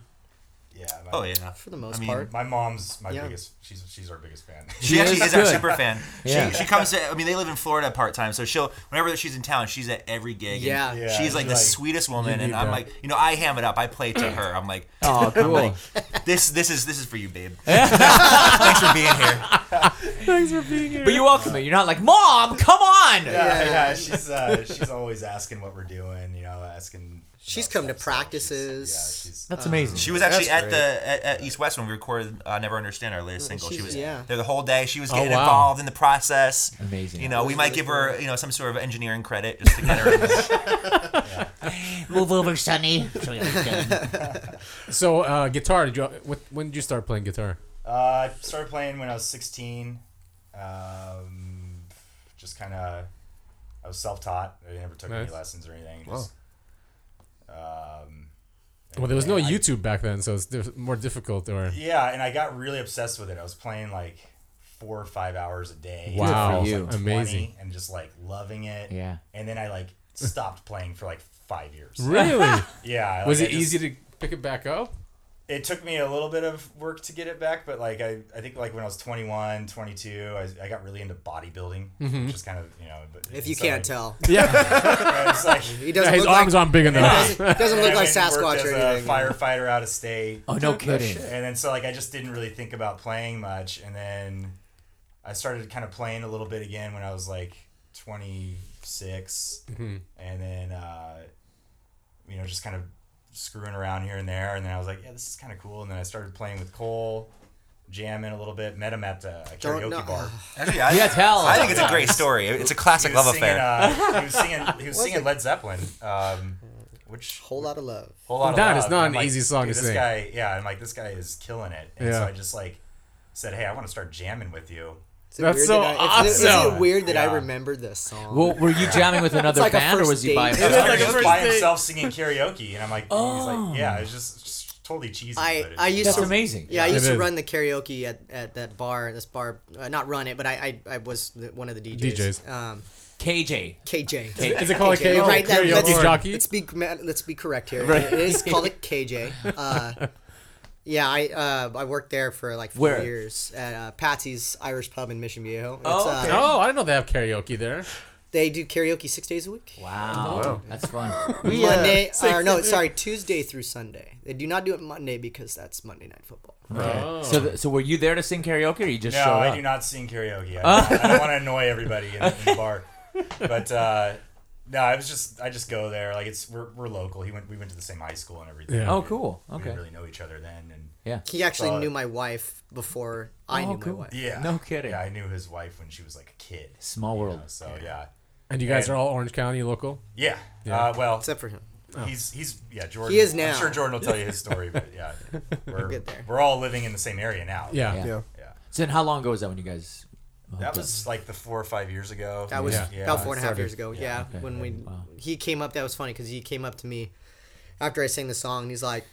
Speaker 3: Yeah. My,
Speaker 6: Oh yeah,
Speaker 2: for the most
Speaker 6: I mean,
Speaker 2: part
Speaker 3: My mom's my
Speaker 2: Yeah.
Speaker 3: biggest. She's she's our biggest fan.
Speaker 6: She actually is our
Speaker 5: Good.
Speaker 6: super fan.
Speaker 5: Yeah.
Speaker 6: She, she comes to, I mean, they live in Florida part time, so she'll, whenever she's in town, she's at every gig. and
Speaker 2: Yeah.
Speaker 3: Yeah,
Speaker 6: She's like
Speaker 3: she's
Speaker 6: the
Speaker 3: like,
Speaker 6: sweetest woman. And
Speaker 1: need
Speaker 6: I'm
Speaker 1: that.
Speaker 6: like, you know, I ham it up. I play to her. I'm like,
Speaker 5: Oh, cool.
Speaker 6: this, this is, this is for you, babe. Thanks for being here.
Speaker 5: but you welcome it. You're not like, Mom, come on.
Speaker 3: yeah, yeah. She's uh, she's always asking what we're doing. You know, asking.
Speaker 2: She's come
Speaker 3: about
Speaker 2: to
Speaker 3: stuff, so she's-
Speaker 2: practices.
Speaker 3: yeah, she's uh,
Speaker 5: That's amazing.
Speaker 6: She was actually at the at, at East West when we recorded uh, "Never Understand" our latest single. She
Speaker 2: she's-
Speaker 6: was
Speaker 2: yeah.
Speaker 6: there the whole day. She was getting
Speaker 1: wow.
Speaker 6: involved in the process.
Speaker 5: Amazing.
Speaker 6: You know, we might give her you know some sort of engineering credit just to get her.
Speaker 7: Move over, Sonny. So you understand.
Speaker 1: So uh, guitar. Did you? What, when did you start playing guitar?
Speaker 3: Uh, I started playing when I was 16. Um, just kind of, I was self-taught. I never took
Speaker 1: Nice.
Speaker 3: any lessons or anything. Just, um,
Speaker 1: Well, there was no
Speaker 3: and I-
Speaker 1: YouTube back then, so it's diff- more difficult. Or
Speaker 3: yeah, and I got really obsessed with it. I was playing like four or five hours a day.
Speaker 1: Wow,
Speaker 3: I was,
Speaker 5: you.
Speaker 3: 20
Speaker 1: Amazing.
Speaker 3: And just like loving it.
Speaker 5: Yeah.
Speaker 3: And then I like stopped playing for like five years.
Speaker 1: really?
Speaker 3: Yeah. like,
Speaker 1: was
Speaker 3: I
Speaker 1: it
Speaker 3: just-
Speaker 1: easy to pick it back up?
Speaker 3: it took me a little bit of work to get it back but like i, I think like when i was 21 22 i, I got really into bodybuilding which is kind of you know but
Speaker 2: if you
Speaker 3: so
Speaker 2: can't
Speaker 3: I-
Speaker 2: tell
Speaker 1: Yeah,
Speaker 3: I was like
Speaker 2: he doesn't
Speaker 1: his
Speaker 2: look like
Speaker 1: arms aren't big enough.
Speaker 2: doesn't, doesn't
Speaker 3: I
Speaker 2: look like
Speaker 3: went and worked
Speaker 2: Sasquatch or
Speaker 3: as a
Speaker 2: anything
Speaker 3: firefighter out of state
Speaker 5: Oh, no kidding.
Speaker 3: and then so like i just didn't really think about playing much and then i started kind of playing a little bit again when i was like 26 and then uh, you know just kind of screwing around here and there and then i was like yeah this is kind of cool and then i started playing with cole jamming a little bit met him at the
Speaker 2: Don't
Speaker 3: karaoke
Speaker 2: know-
Speaker 3: bar
Speaker 6: Actually, I,
Speaker 5: Yeah, tell.
Speaker 6: I think it's a great story. It's a classic love
Speaker 3: singing,
Speaker 6: affair.
Speaker 3: uh, he was singing he was
Speaker 2: Was
Speaker 3: singing
Speaker 2: it?
Speaker 3: led zeppelin um, which
Speaker 2: whole lot of love
Speaker 3: whole lot of
Speaker 1: That
Speaker 3: love.
Speaker 1: is not
Speaker 3: I'm
Speaker 1: an
Speaker 3: like,
Speaker 1: easy song
Speaker 3: dude,
Speaker 1: to
Speaker 3: this
Speaker 1: sing.
Speaker 3: Guy, yeah, I'm like, this guy is killing it. And
Speaker 1: Yeah.
Speaker 3: so I just like said, hey, I want to start jamming with you.
Speaker 2: Is it
Speaker 1: That's
Speaker 2: weird
Speaker 1: so
Speaker 2: that I, is it- Is
Speaker 1: awesome.
Speaker 2: it weird that I
Speaker 3: Yeah.
Speaker 2: remembered this song?
Speaker 5: Well, were you jamming with another
Speaker 2: like a
Speaker 5: band, or
Speaker 2: first
Speaker 5: was you by
Speaker 2: date.
Speaker 5: himself?
Speaker 1: It's like
Speaker 3: He
Speaker 1: a
Speaker 3: was
Speaker 1: first
Speaker 3: by
Speaker 1: date.
Speaker 3: himself singing karaoke, and I'm like, he's
Speaker 1: Oh.
Speaker 3: like, yeah, it's just, just totally cheesy.
Speaker 2: I,
Speaker 3: but it-
Speaker 2: I used
Speaker 5: That's
Speaker 2: to
Speaker 5: amazing.
Speaker 2: Yeah, I
Speaker 1: Yeah.
Speaker 2: used
Speaker 1: It
Speaker 2: to
Speaker 1: is.
Speaker 2: run the karaoke at, at that bar. This bar, uh, not run it, but I I, I was the, one of the DJs.
Speaker 1: DJs.
Speaker 2: Um,
Speaker 5: KJ.
Speaker 2: KJ.
Speaker 1: Is it called a
Speaker 2: KJ?
Speaker 1: karaoke,
Speaker 2: Right, that-
Speaker 1: karaoke
Speaker 2: that's-
Speaker 1: jockey?
Speaker 2: Let's be let's be correct here. It is called it KJ. Uh, yeah, I uh, I worked there for like four
Speaker 5: Where?
Speaker 2: years at uh, Patsy's Irish Pub in Mission Viejo. It's,
Speaker 5: Oh,
Speaker 2: uh,
Speaker 5: okay.
Speaker 1: Oh, I didn't know they have karaoke there.
Speaker 2: They do karaoke six days a week.
Speaker 5: Wow. That's fun.
Speaker 4: We, uh,
Speaker 2: Monday, or no, sorry, Tuesday through Sunday. They do not do it Monday because that's Monday Night Football.
Speaker 1: Oh.
Speaker 5: So, th- so were you there to sing karaoke, or you just
Speaker 3: no,
Speaker 5: showed
Speaker 3: I
Speaker 5: up?
Speaker 3: do not sing karaoke. I, I don't want to annoy everybody in, in the bar. But uh, no, I was just I just go there. Like it's we're, we're local. He went we went to the same high school and everything.
Speaker 1: Yeah.
Speaker 5: Oh, cool.
Speaker 3: We
Speaker 5: Okay.
Speaker 3: didn't really know each other then, and
Speaker 5: Yeah.
Speaker 2: He actually
Speaker 3: Solid.
Speaker 2: knew my wife before I
Speaker 5: Oh,
Speaker 2: knew
Speaker 5: cool.
Speaker 2: my wife.
Speaker 3: yeah,
Speaker 5: No kidding.
Speaker 3: Yeah, I knew his wife when she was like a kid.
Speaker 5: Small
Speaker 3: you
Speaker 5: world.
Speaker 3: know, so yeah,
Speaker 1: And you guys are all Orange County local?
Speaker 3: yeah.
Speaker 1: Yeah.
Speaker 3: Uh, well,
Speaker 2: Except for him.
Speaker 3: he's he's yeah Jordan.
Speaker 2: He is
Speaker 3: I'm
Speaker 2: now.
Speaker 3: sure Jordan will tell you his story, but yeah, we're
Speaker 2: get there.
Speaker 3: we're all living in the same area now.
Speaker 1: Yeah.
Speaker 5: Yeah.
Speaker 4: Yeah.
Speaker 3: yeah.
Speaker 5: So then, how long ago was that when you guys?
Speaker 3: That was like the four or five years ago.
Speaker 2: That was
Speaker 1: Yeah.
Speaker 2: about four and a half
Speaker 1: Started.
Speaker 2: years ago. Yeah,
Speaker 5: Okay.
Speaker 2: when we
Speaker 5: Wow.
Speaker 2: he came up, that was funny because he came up to me after I sang the song, and he's like,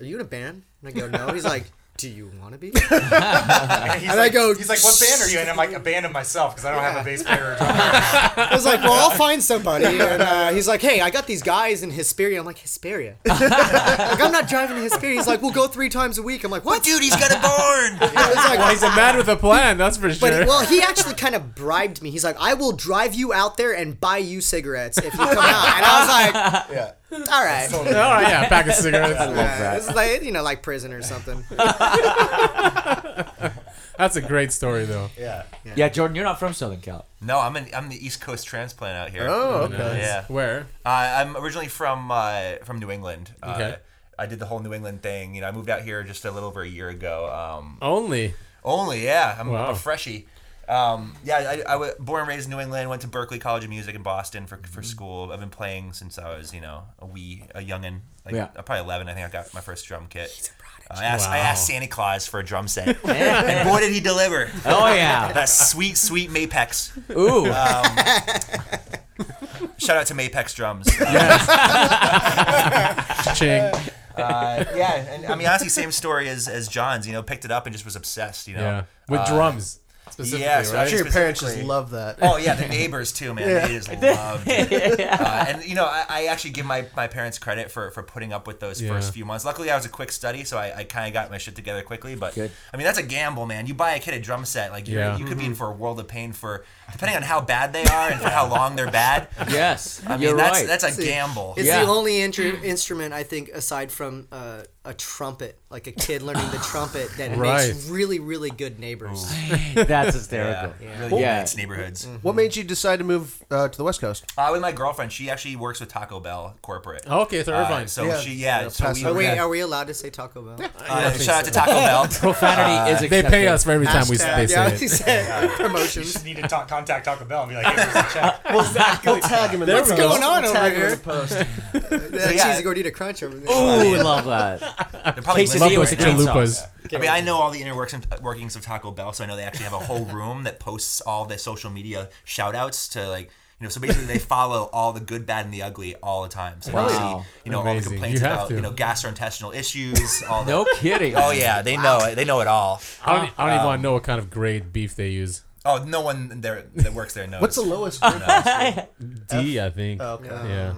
Speaker 2: "Are you in a band?" And I go, "No." He's like, "Do you want to be?"
Speaker 3: And, he's
Speaker 2: And I
Speaker 3: like,
Speaker 2: go,
Speaker 3: he's like, what band are you in? I'm like, a band of myself because I don't have a bass player. Or a drummer.
Speaker 2: I was like, "Well, I'll find somebody." And uh, he's like, "Hey, I got these guys in Hesperia." I'm like, "Hesperia?" like I'm not driving to Hesperia. He's like, "We'll go three times a week." I'm like, "What?"
Speaker 6: Dude, he's got a barn.
Speaker 2: I was like,
Speaker 1: Well, he's a man with a plan, that's for sure.
Speaker 2: But well, he actually kind of bribed me. He's like, "I will drive you out there and buy you cigarettes if you come out." And I
Speaker 4: Yeah.
Speaker 2: was like, "All right,
Speaker 1: all right, Oh, yeah, a pack of cigarettes.
Speaker 2: Yeah, This is like you know, like prison or something.
Speaker 1: That's a great story, though.
Speaker 3: yeah.
Speaker 5: Yeah, Jordan, you're not from Southern Cal.
Speaker 6: no, I'm an, I'm the East Coast transplant out here.
Speaker 4: Oh, okay.
Speaker 6: yeah.
Speaker 1: Where?
Speaker 6: Uh, I'm originally from uh, from New England. Uh,
Speaker 1: Okay.
Speaker 6: I did the whole New England thing. You know, I moved out here just a little over a year ago. Um,
Speaker 1: Only.
Speaker 6: Only, yeah. I'm
Speaker 1: Wow.
Speaker 6: a freshie. Um, yeah, I, I was born and raised in New England. Went to Berkeley College of Music in Boston for,
Speaker 1: Mm-hmm.
Speaker 6: for school. I've been playing since I was, you know, a wee, a youngin, like
Speaker 5: Yeah.
Speaker 6: uh, probably eleven. I think I got my first drum kit. Uh, I asked, I asked Santa Claus for a drum set, and boy did he deliver!
Speaker 5: Oh yeah.
Speaker 6: That sweet, sweet Mapex.
Speaker 5: Ooh.
Speaker 6: Shout out to Mapex Drums. Uh,
Speaker 1: Ching.
Speaker 6: uh, yeah, and I mean honestly, same story as as John's. You know, picked it up and just was obsessed. You know.
Speaker 1: Yeah. With drums. Specifically,
Speaker 6: yeah, so I
Speaker 1: right?
Speaker 4: I'm sure your parents just
Speaker 6: Specifically-
Speaker 4: love that.
Speaker 6: Oh yeah, the neighbors too, man. They just loved it. Uh, and you know, I, I actually give my, my parents credit for, for putting up with those
Speaker 1: Yeah.
Speaker 6: first few months. Luckily, I was a quick study, so I, I kind of got my shit together quickly. But
Speaker 5: Good.
Speaker 6: I mean, that's a gamble, man. You buy a kid a drum set, like you're,
Speaker 1: Yeah.
Speaker 6: you could be
Speaker 5: Mm-hmm.
Speaker 6: in for a world of pain for depending on how bad they are and for how long they're bad.
Speaker 5: yes.
Speaker 6: I mean,
Speaker 5: you're
Speaker 6: that's
Speaker 5: right.
Speaker 6: that's a gamble.
Speaker 2: It's
Speaker 5: Yeah.
Speaker 2: the only intru- instrument I think, aside from uh, a trumpet, like a kid learning the trumpet, that
Speaker 1: Right. Oh,
Speaker 2: makes really, really good neighbors.
Speaker 5: that's
Speaker 6: Yeah,
Speaker 5: hysterical.
Speaker 6: really
Speaker 5: Yeah.
Speaker 6: nice neighborhoods.
Speaker 4: What made you decide to move uh, to the West Coast?
Speaker 6: Uh, with my girlfriend, she actually works with Taco Bell corporate.
Speaker 1: Oh, okay, it's
Speaker 6: Uh,
Speaker 1: Irvine.
Speaker 6: so
Speaker 4: Yeah.
Speaker 6: she, yeah,
Speaker 4: Yeah,
Speaker 6: so we,
Speaker 4: Pasadena.
Speaker 2: Wait,
Speaker 4: Okay.
Speaker 2: are we allowed to say Taco Bell?
Speaker 6: uh, shout out to Taco Bell.
Speaker 5: Profanity is
Speaker 1: they
Speaker 5: accepted.
Speaker 1: pay us for every time we
Speaker 2: Hashtag-
Speaker 1: they say
Speaker 2: yeah,
Speaker 1: it.
Speaker 2: he said
Speaker 3: You
Speaker 2: promotions.
Speaker 3: just need to talk, contact Taco Bell and be like, hey, here's a check.
Speaker 4: Well, we'll tag him in
Speaker 1: There
Speaker 4: the
Speaker 1: we
Speaker 4: post.
Speaker 1: go.
Speaker 2: What's going on
Speaker 4: We'll
Speaker 2: over
Speaker 4: tag him in
Speaker 2: here?
Speaker 4: the post.
Speaker 2: That
Speaker 6: yeah.
Speaker 2: cheesy gordita crunch over there.
Speaker 1: Oh,
Speaker 5: Ooh, love that.
Speaker 6: They're probably
Speaker 5: Quesadilla
Speaker 6: listening
Speaker 5: with
Speaker 6: right
Speaker 5: a
Speaker 6: now.
Speaker 5: chainsaw.
Speaker 1: chalupas.
Speaker 6: I mean, I know all the inner works and uh, workings of Taco Bell, so I know they actually have a whole room that posts all their social media shout outs to like. You know, so basically, they follow all the good, bad, and the ugly all the time. So you
Speaker 5: Wow.
Speaker 6: see, you know, all the
Speaker 1: Amazing.
Speaker 6: complaints
Speaker 1: You have
Speaker 6: about
Speaker 1: to.
Speaker 6: you know gastrointestinal issues. All the,
Speaker 5: No kidding.
Speaker 6: Oh yeah, they know it. They know it all.
Speaker 1: I don't, e- I don't even want to know what kind of grade beef they use.
Speaker 6: Oh, no one there that works there knows.
Speaker 4: What's the lowest? grade?
Speaker 1: D, I think.
Speaker 4: okay.
Speaker 1: Yeah.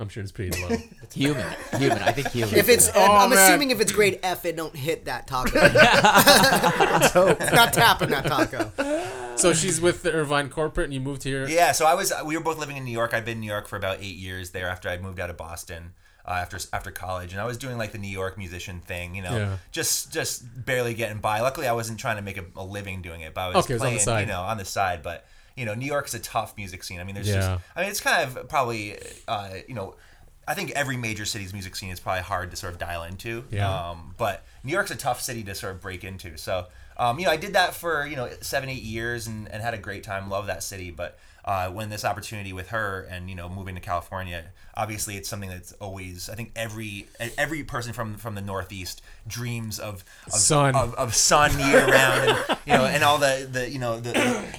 Speaker 1: I'm sure it's pretty low.
Speaker 5: Human. Human. I think human.
Speaker 2: If it's,
Speaker 1: Oh,
Speaker 2: I'm
Speaker 1: man.
Speaker 2: assuming if it's grade F, it don't hit that taco. it's not tapping that taco.
Speaker 1: so she's with the Irvine corporate, and you moved here.
Speaker 6: Yeah, so I was. uh, We were both living in New York. I've been in New York for about eight years there after I moved out of Boston uh, after after college, and I was doing like the New York musician thing, you know,
Speaker 1: Yeah.
Speaker 6: just just barely getting by. Luckily, I wasn't trying to make a, a living doing it, but I was
Speaker 1: Okay, it was on
Speaker 6: playing,
Speaker 1: the side.
Speaker 6: you know, on the side, but. You know, New York's a tough music scene. I mean, there's
Speaker 1: Yeah.
Speaker 6: just, I mean, it's kind of probably, uh, you know, I think every major city's music scene is probably hard to sort of dial into.
Speaker 1: Yeah.
Speaker 6: Um, but New York's a tough city to sort of break into. So Um, you know, I did that for you know seven, eight years, and, and had a great time. Love that city, but uh, when this opportunity with her and you know moving to California, obviously it's something that's always I think every every person from from the Northeast dreams of, of
Speaker 1: Sun.
Speaker 6: of, of sun year round, and, you know, and all the the you know the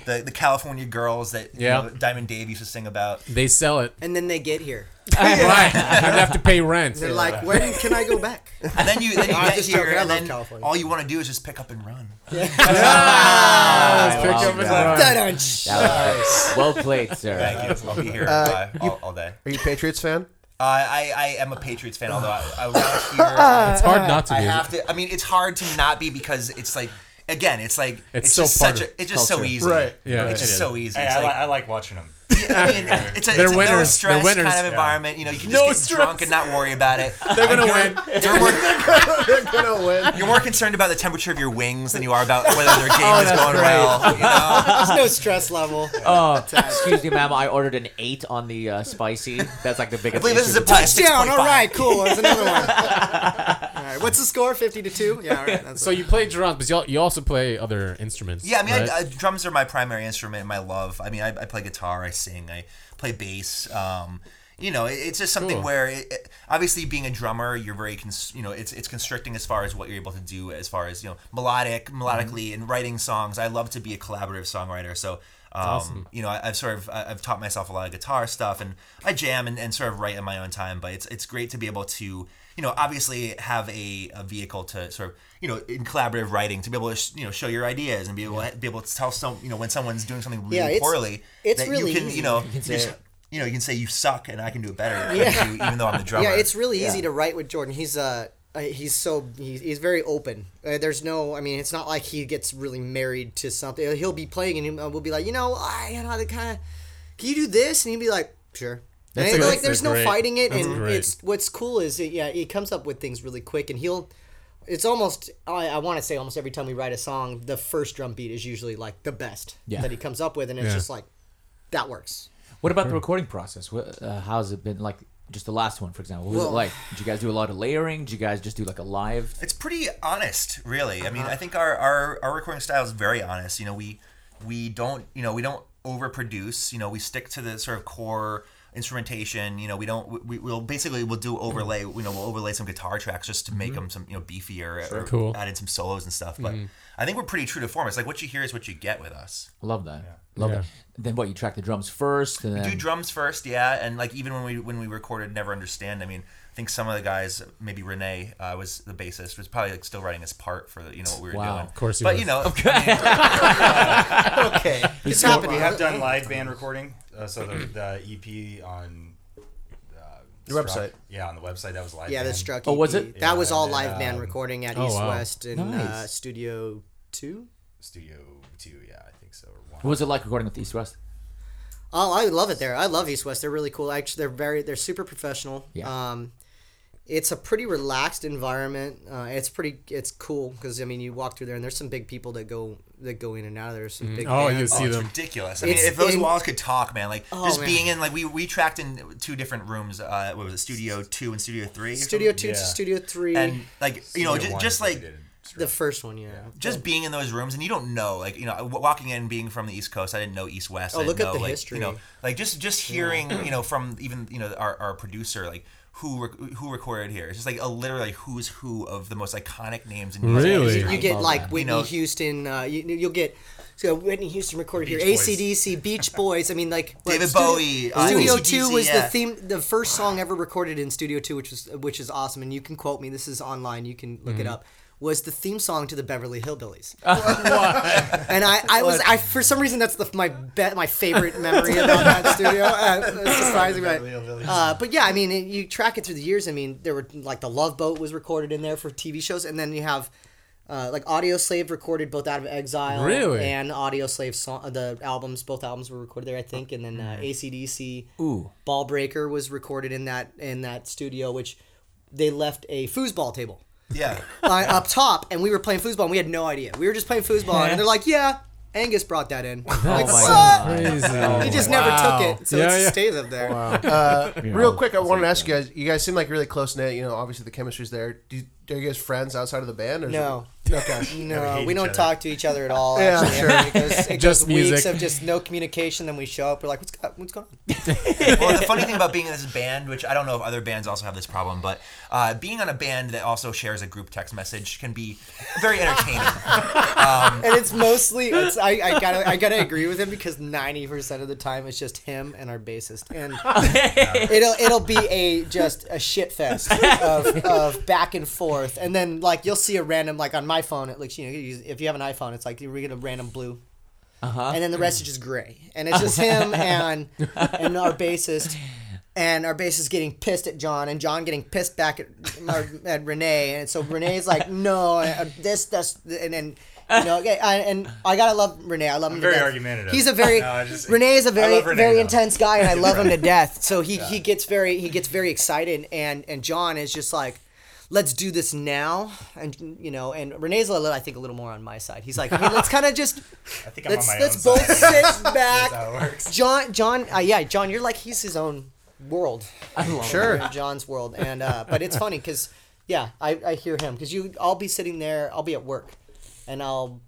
Speaker 6: the, the California girls that you
Speaker 1: Yeah.
Speaker 6: know, Diamond Dave used to sing about.
Speaker 1: They sell it.
Speaker 2: And then they get here.
Speaker 1: right. You have to pay rent.
Speaker 2: They're like, when can I go back?
Speaker 6: And then you then you
Speaker 2: I'm
Speaker 6: get
Speaker 2: just
Speaker 6: here,
Speaker 2: joking. I
Speaker 6: and
Speaker 2: love
Speaker 6: then
Speaker 2: California.
Speaker 6: all you want to do is just pick up and run.
Speaker 1: Ah, pick
Speaker 5: wow.
Speaker 1: up and run.
Speaker 2: Da-dunch.
Speaker 5: well played, sir.
Speaker 6: Thank you. I'll be here uh, all, all day.
Speaker 4: Are you a Patriots fan?
Speaker 6: Uh, I, I am a Patriots fan, although I, I last year
Speaker 1: It's hard not to
Speaker 6: I
Speaker 1: be.
Speaker 6: have to. I mean, it's hard to not be because it's like again, it's like
Speaker 1: It's
Speaker 6: it's,
Speaker 1: so
Speaker 6: just
Speaker 1: part
Speaker 6: such
Speaker 1: of
Speaker 6: a, it's just so
Speaker 5: culture.
Speaker 6: easy.
Speaker 4: Right.
Speaker 1: Yeah,
Speaker 6: it's
Speaker 1: it
Speaker 6: just
Speaker 1: is.
Speaker 6: so easy.
Speaker 3: Hey,
Speaker 6: It's
Speaker 3: I, li-
Speaker 6: like,
Speaker 3: I like watching them.
Speaker 6: I mean, it's a,
Speaker 1: They're
Speaker 6: it's a no
Speaker 1: winners.
Speaker 6: stress
Speaker 1: They're winners.
Speaker 6: kind
Speaker 1: Yeah.
Speaker 6: of environment. You know, you can
Speaker 1: No
Speaker 6: just get
Speaker 1: stress.
Speaker 6: drunk and not worry about it.
Speaker 1: They're gonna
Speaker 6: You're-
Speaker 1: win.
Speaker 6: You're more,
Speaker 4: They're gonna win.
Speaker 6: you're more concerned about the temperature of your wings than you are about whether their game is going well. You know?
Speaker 2: There's no stress level.
Speaker 5: Oh, excuse me, ma'am. I ordered an eight on the uh, spicy. That's like the biggest.
Speaker 6: I believe this is
Speaker 5: issue
Speaker 6: a
Speaker 5: with-
Speaker 6: plus
Speaker 2: Down. All
Speaker 6: 6.5.
Speaker 2: right. Cool. There's another one. All right. What's the score? Fifty to two. Yeah. All right. That's
Speaker 1: So you play drums, but you al- you also play other instruments.
Speaker 6: Yeah, I mean,
Speaker 1: right?
Speaker 6: I, uh drums are my primary instrument, my love. I mean, I, I play guitar, I sing, I play bass. Um, you know, it, it's just something
Speaker 1: Cool.
Speaker 6: where, it, it- obviously, being a drummer, you're very, cons- you know, it's it's constricting as far as what you're able to do, as far as you know, melodic, melodically,
Speaker 2: Mm-hmm.
Speaker 6: and writing songs. I love to be a collaborative songwriter, so. Um, You know, I, I've sort of I- I've taught myself a lot of guitar stuff, and I jam and, and sort of write in my own time. But it's it's great to be able to you know obviously have a, a vehicle to sort of you know in collaborative writing to be able to sh- you know show your ideas and be able to be able to tell some you know when someone's doing something really
Speaker 2: Yeah, it's-
Speaker 6: poorly
Speaker 2: it's
Speaker 6: that
Speaker 2: really
Speaker 6: you can
Speaker 2: easy.
Speaker 6: you know you,
Speaker 5: can say
Speaker 6: just-
Speaker 5: it.
Speaker 6: you know you can say you suck and I can do it better than you, even though I'm the drummer
Speaker 2: Yeah, it's really easy to write with Jordan. He's uh, uh, he's so he's, he's very open. Uh, there's no, I mean, it's not like he gets really married to something. Uh, He'll be playing and he'll- we'll be like, you know, I you know, the kind of, can you do this? And he'd be like, sure.
Speaker 1: That's
Speaker 2: and
Speaker 1: a-
Speaker 2: like,
Speaker 1: that's a
Speaker 2: there's no
Speaker 1: great-
Speaker 2: fighting it,
Speaker 1: that's
Speaker 2: and
Speaker 1: great.
Speaker 2: it's what's cool is that, yeah, he comes up with things really quick, and he'll. It's almost I, I want to say almost every time we write a song, the first drum beat is usually like the best
Speaker 5: Yeah.
Speaker 2: that he comes up with, and it's
Speaker 1: Yeah.
Speaker 2: just like that works.
Speaker 5: What about the recording process? What, uh, how's it been like? Just the last one, for example. What was
Speaker 2: Well-
Speaker 5: it like? Did you guys do a lot of layering? Did you guys just do like a live?
Speaker 6: it's pretty honest, really. I mean, I think our, our our recording style is very honest. You know, we we don't you know we don't overproduce. You know, we stick to the sort of core instrumentation. You know, we don't we, we'll basically we'll do overlay. You know, we'll overlay some guitar tracks just to make them some you know beefier or
Speaker 1: Cool.
Speaker 6: add in some solos and stuff. But I think we're pretty true to form. It's like what you hear is what you get with us.
Speaker 5: Love that. Love
Speaker 1: Yeah.
Speaker 5: that. Then what? You track the drums first, and
Speaker 6: do
Speaker 5: then
Speaker 6: drums first, yeah, and like even when we when we recorded Never Understand, I mean, I think some of the guys, maybe Renee uh, was the bassist, was probably like still writing his part for the, you know what we were
Speaker 5: Wow.
Speaker 6: doing.
Speaker 1: Of course he
Speaker 6: but
Speaker 1: was.
Speaker 6: you know, I mean,
Speaker 2: Okay, it's
Speaker 3: We
Speaker 2: happening.
Speaker 3: have done live band recording, uh, so the, the EP on uh,
Speaker 4: Your
Speaker 3: Struck-
Speaker 4: website.
Speaker 3: yeah, on the website that was live.
Speaker 2: Yeah, that
Speaker 3: band.
Speaker 2: struck.
Speaker 5: Oh,
Speaker 2: EP.
Speaker 5: was it?
Speaker 2: That was all live
Speaker 3: and,
Speaker 2: band
Speaker 3: um,
Speaker 2: recording at
Speaker 1: oh,
Speaker 2: East
Speaker 1: wow.
Speaker 2: West in uh,
Speaker 5: Nice.
Speaker 2: Studio Two.
Speaker 3: Studio Two. Yeah, I think so. Or one.
Speaker 5: what was it like recording with East West?
Speaker 2: Oh, I love it there. I love East West. They're really cool. Actually, they're very they're super professional.
Speaker 5: Yeah.
Speaker 2: Um, it's a pretty relaxed environment. Uh, it's pretty it's cool because I mean you walk through there and there's some big people that go that go in and out of there. Some big
Speaker 1: Oh,
Speaker 2: bands.
Speaker 1: you see
Speaker 6: it's
Speaker 1: them.
Speaker 6: ridiculous. I mean,
Speaker 2: It's
Speaker 6: if those
Speaker 2: in-
Speaker 6: walls could talk, man, like
Speaker 2: Oh,
Speaker 6: just
Speaker 2: man.
Speaker 6: being in like we we tracked in two different rooms. Uh, what was it, Studio Two and Studio Three? or
Speaker 2: Oh, Studio Two
Speaker 3: Yeah.
Speaker 2: to Studio Three.
Speaker 6: something? and like you know,
Speaker 3: Studio
Speaker 6: just,
Speaker 3: One
Speaker 6: just
Speaker 3: is what we
Speaker 6: like
Speaker 3: did in Struck.
Speaker 2: the first one, yeah.
Speaker 6: just being in those rooms and you don't know like you know w- walking in being from the east coast i didn't know east west
Speaker 2: Oh,
Speaker 6: I didn't
Speaker 2: look at
Speaker 6: know,
Speaker 2: the
Speaker 6: like,
Speaker 2: history.
Speaker 6: you know like just just hearing you know from even you know our, our producer like who rec- who recorded here it's just like a literally who's who of the most iconic names in music
Speaker 1: Really?
Speaker 6: history.
Speaker 2: You get like Whitney
Speaker 6: know-
Speaker 2: Houston. Uh, you, you'll get so Whitney Houston recorded here.
Speaker 3: Boys.
Speaker 2: ACDC, Beach Boys. I mean, like what,
Speaker 6: David
Speaker 2: Studio-
Speaker 6: Bowie, uh,
Speaker 2: Studio
Speaker 6: AC/DC,
Speaker 2: Two was the
Speaker 6: yeah.
Speaker 2: theme, the first song ever recorded in Studio Two, which was which is awesome. And you can quote me. This is online. You can look it
Speaker 6: Mm-hmm.
Speaker 2: up. Was the theme song to the Beverly Hillbillies, and I, I was I for some reason that's the my be, my favorite memory about that studio. Uh, it's surprising, but uh, but yeah, I mean it, you track it through the years. I mean there were like the Love Boat was recorded in there for TV shows, and then you have uh, like Audio Slave recorded both out of Exile
Speaker 1: Really?
Speaker 2: and Audio Slave song uh, the albums both albums were recorded there I think and then uh, ACDC
Speaker 5: Ooh.
Speaker 2: Ball Breaker was recorded in that in that studio which they left a foosball table
Speaker 6: yeah
Speaker 2: uh, up top and we were playing foosball and we had no idea we were just playing foosball and they're like yeah Angus brought that in.
Speaker 5: Oh
Speaker 2: Like,
Speaker 5: my
Speaker 2: what?
Speaker 5: god.
Speaker 1: Oh
Speaker 2: He just never took it, so it stays up there.
Speaker 4: Uh, real quick, I wanted to ask you guys. You guys seem like really close knit. You know, obviously the chemistry's there. Do you, are you guys friends outside of the band? Or is
Speaker 2: No.
Speaker 4: It, okay.
Speaker 2: No,
Speaker 3: hate
Speaker 2: we
Speaker 3: each
Speaker 2: don't
Speaker 3: other.
Speaker 2: talk to each other at all.
Speaker 4: Yeah,
Speaker 2: Actually,
Speaker 4: sure.
Speaker 2: it goes, it
Speaker 1: Just
Speaker 2: goes weeks
Speaker 1: music.
Speaker 2: of just no communication. Then we show up. We're like, what's, go- what's going on?
Speaker 6: well, the funny thing about being in this band, which I don't know if other bands also have this problem, but uh, being on a band that also shares a group text message can be very entertaining.
Speaker 2: And it's mostly it's, I, I gotta I gotta agree with him because ninety percent of the time it's just him and our bassist, and it'll it'll be a just a shit fest of, of back and forth, and then like you'll see a random like on my phone it looks you know you- if you have an iPhone it's like you're gonna random blue. Uh-huh. And then the rest is just gray, and it's just him and and our bassist, and our bassist getting pissed at John, and John getting pissed back at, our- at Renee, and so Renee's like, "No, uh, this, this," and then you know, okay, I, and I gotta love Renee. I love him. to
Speaker 3: very
Speaker 2: death.
Speaker 3: argumentative.
Speaker 2: He's a very
Speaker 3: No, I just-
Speaker 2: Renee is a
Speaker 3: I
Speaker 2: very
Speaker 3: love Renee,
Speaker 2: very
Speaker 3: though.
Speaker 2: intense guy, and I love him to death. So he he gets very he gets very excited, and and John is just like. Let's do this now, and you know, and Renee's a little, I think, a little more on my side. He's like, hey, let's kind of just
Speaker 3: I think I'm
Speaker 2: let's
Speaker 3: on my
Speaker 2: let's
Speaker 3: own
Speaker 2: both
Speaker 3: side.
Speaker 2: sit
Speaker 3: That's how
Speaker 2: back,
Speaker 3: it works.
Speaker 2: John, John, uh, yeah, John, you're like he's his own world.
Speaker 5: I love it.
Speaker 2: You're in John's world, and uh, but it's funny because yeah, I, I hear him because you, I'll be sitting there, I'll be at work, and I'll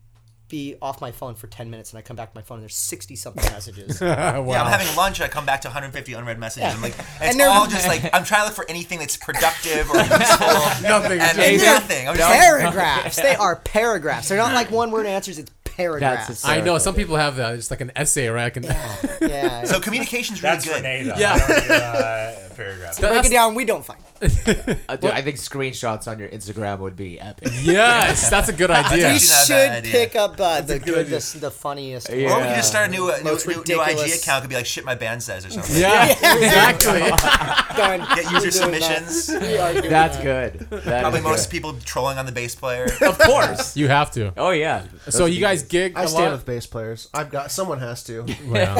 Speaker 2: be off my phone for ten minutes, and I come back to my phone, and there's sixty something messages.
Speaker 6: Yeah, I'm having lunch. I come back to 150 unread messages. I'm like, and it's
Speaker 2: Oh. And they're-
Speaker 6: all just like I'm trying to look for anything that's productive or useful,
Speaker 1: Nothing.
Speaker 6: and
Speaker 1: Just-
Speaker 6: nothing. I'm just like,
Speaker 2: paragraphs. They are paragraphs. They're not like one word answers. It's paragraphs.
Speaker 5: hysterical.
Speaker 1: I know some people have that. It's like an essay, right? I can. that-
Speaker 2: yeah.
Speaker 6: so communication's really
Speaker 3: That's
Speaker 6: good.
Speaker 3: Renee, though.
Speaker 1: Yeah.
Speaker 3: I don't do, uh, paragraphs.
Speaker 2: break
Speaker 1: that's-
Speaker 2: it down. We don't find.
Speaker 5: Uh, dude, I think screenshots on your Instagram would be epic.
Speaker 1: yes, that's a good idea.
Speaker 2: We
Speaker 6: That's not a bad
Speaker 2: should
Speaker 6: idea.
Speaker 2: pick up uh, the good, the, the funniest.
Speaker 5: Yeah.
Speaker 6: Or we could just start a new, uh, new,
Speaker 2: Most
Speaker 6: new, new IG
Speaker 2: ridiculous.
Speaker 6: account. Could be like shit my band says or something.
Speaker 1: Yeah, exactly.
Speaker 2: Done.
Speaker 6: Get
Speaker 2: We're
Speaker 6: user
Speaker 2: doing that.
Speaker 6: submissions.
Speaker 2: We are doing
Speaker 5: That's
Speaker 2: that.
Speaker 5: good. That is
Speaker 6: Probably
Speaker 5: good.
Speaker 6: most people trolling on the bass player.
Speaker 5: Of course.
Speaker 1: you have to.
Speaker 5: Oh yeah.
Speaker 1: So you guys gig a
Speaker 4: I stand
Speaker 1: lot.
Speaker 4: with bass players. I've got someone has to
Speaker 1: Wow.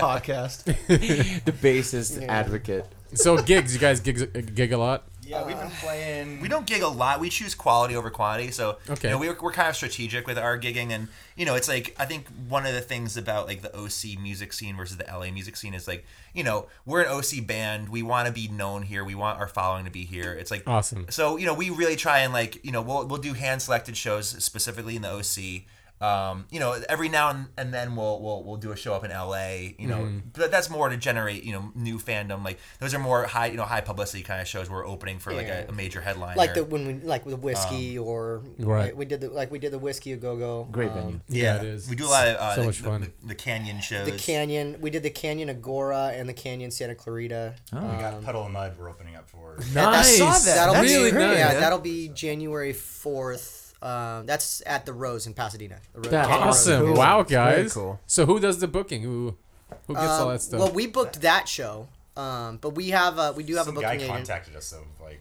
Speaker 4: podcast.
Speaker 5: the bassist advocate.
Speaker 1: so gigs, you guys gig gig a lot.
Speaker 3: Yeah, we've been playing.
Speaker 6: we don't gig a lot. We choose quality over quantity. So
Speaker 1: Okay.
Speaker 6: you know, we're, we're kind of strategic with our gigging, and you know, it's like I think one of the things about like the OC music scene versus the LA music scene is like you know we're an OC band. We want to be known here. We want our following to be here. It's like
Speaker 1: Awesome.
Speaker 6: So you know, we really try and like you know we'll we'll do hand selected shows specifically in the OC. Um, you know, every now and, and then we'll, we'll we'll do a show up in LA. You know,
Speaker 1: Mm-hmm.
Speaker 6: but that's more to generate you know new fandom. Like those are more high you know high publicity kind of shows. We're opening for like
Speaker 2: Yeah.
Speaker 6: a, a major headliner.
Speaker 2: like the when we like the whiskey
Speaker 6: Um,
Speaker 2: or
Speaker 1: Right.
Speaker 2: we did the like we did the whiskey a Um, go go
Speaker 5: Great venue.
Speaker 1: Yeah, it is.
Speaker 6: We do a lot of uh,
Speaker 1: So
Speaker 6: the,
Speaker 1: much
Speaker 6: the-
Speaker 1: fun.
Speaker 6: The, the canyon shows.
Speaker 2: the canyon we did the canyon agora and the canyon santa clarita
Speaker 3: We got Puddle of Mud we're opening up for.
Speaker 1: Nice.
Speaker 5: I saw that.
Speaker 2: that'll
Speaker 1: That's
Speaker 2: be
Speaker 1: really nice.
Speaker 2: yeah that'll be january 4th um, that's at the rose in pasadena the rose
Speaker 5: That's
Speaker 2: Canyon Rose.
Speaker 1: Awesome.
Speaker 4: Cool.
Speaker 1: Wow,
Speaker 4: It's very
Speaker 1: guys.
Speaker 4: cool.
Speaker 1: So who does the booking? Who who gets all
Speaker 2: Um,
Speaker 1: that stuff?
Speaker 2: well we booked that show um, but we have uh, we do have
Speaker 3: Some
Speaker 2: a
Speaker 3: guy
Speaker 2: booking agent
Speaker 3: contacted us though, like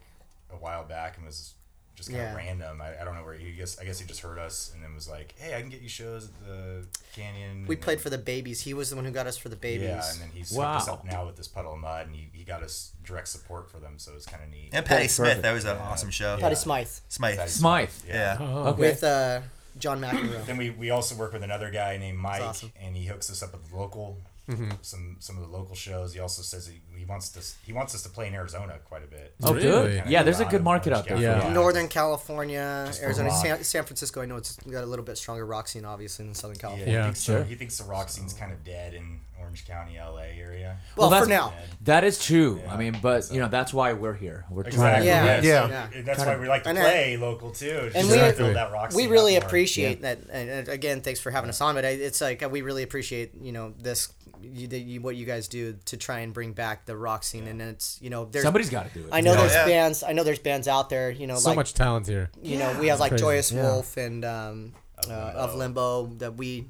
Speaker 3: a while back and was just kind
Speaker 2: Yeah.
Speaker 3: of random. I, I don't know where he guess. I guess he just heard us and then was like, "Hey, I can get you shows at the canyon."
Speaker 2: we
Speaker 3: and
Speaker 2: played
Speaker 3: then-
Speaker 2: for the babies he was the one who got us for the babies
Speaker 3: Yeah, and then he's hooked us up now with this Puddle of Mud, and he, he got us direct support for them, so it's kind of neat.
Speaker 6: and Patty
Speaker 5: That's
Speaker 6: Smith.
Speaker 5: perfect.
Speaker 6: That was an awesome show.
Speaker 2: Patty Smythe
Speaker 6: Smythe.
Speaker 3: Patty
Speaker 5: Smythe.
Speaker 6: Yeah.
Speaker 5: Okay.
Speaker 2: with uh, John McEnroe.
Speaker 3: Then we, we also work with another guy named Mike,
Speaker 2: awesome.
Speaker 3: and he hooks us up with local
Speaker 5: Mm-hmm.
Speaker 3: some some of the local shows. He also says he, he wants to he wants us to play in Arizona quite a bit.
Speaker 5: Oh,
Speaker 1: Really?
Speaker 5: good.
Speaker 3: Kinda
Speaker 5: Yeah, there's a
Speaker 3: around
Speaker 5: good
Speaker 3: and
Speaker 5: market
Speaker 3: bunch
Speaker 5: out there.
Speaker 1: Yeah.
Speaker 3: guys.
Speaker 2: Northern California, Arizona,
Speaker 3: rock.
Speaker 2: San, San Francisco. I know it's got a little bit stronger rock scene, obviously, than Southern
Speaker 3: Yeah,
Speaker 2: California.
Speaker 1: Yeah,
Speaker 3: he thinks,
Speaker 1: sure.
Speaker 3: the, he thinks the rock scene's kind of dead in Orange County, LA area.
Speaker 2: Well,
Speaker 5: Well,
Speaker 2: for
Speaker 5: that's-
Speaker 2: now,
Speaker 5: That is true. I mean, but you know, that's why we're here. We're
Speaker 3: Exactly.
Speaker 5: trying.
Speaker 2: Yeah.
Speaker 3: yes.
Speaker 4: Yeah.
Speaker 2: Yeah.
Speaker 3: And That's why we like to
Speaker 2: And, uh,
Speaker 3: play local too. Just
Speaker 2: and
Speaker 3: to
Speaker 2: we-
Speaker 3: build that rock
Speaker 2: we
Speaker 3: scene
Speaker 2: really
Speaker 3: up more.
Speaker 2: appreciate that. And and again, thanks for having us on. But I, it's like uh, we really appreciate you know this, you, the, you, what you guys do to try and bring back the rock scene. And it's you know there's
Speaker 5: Somebody's got to do it.
Speaker 2: I know there's
Speaker 6: Yeah.
Speaker 2: bands. I know there's bands out there. You know,
Speaker 1: so
Speaker 2: like
Speaker 1: much talent here.
Speaker 2: you know we have like
Speaker 1: crazy.
Speaker 2: Joyous
Speaker 4: Yeah.
Speaker 2: Wolf and um, uh, of Limbo that we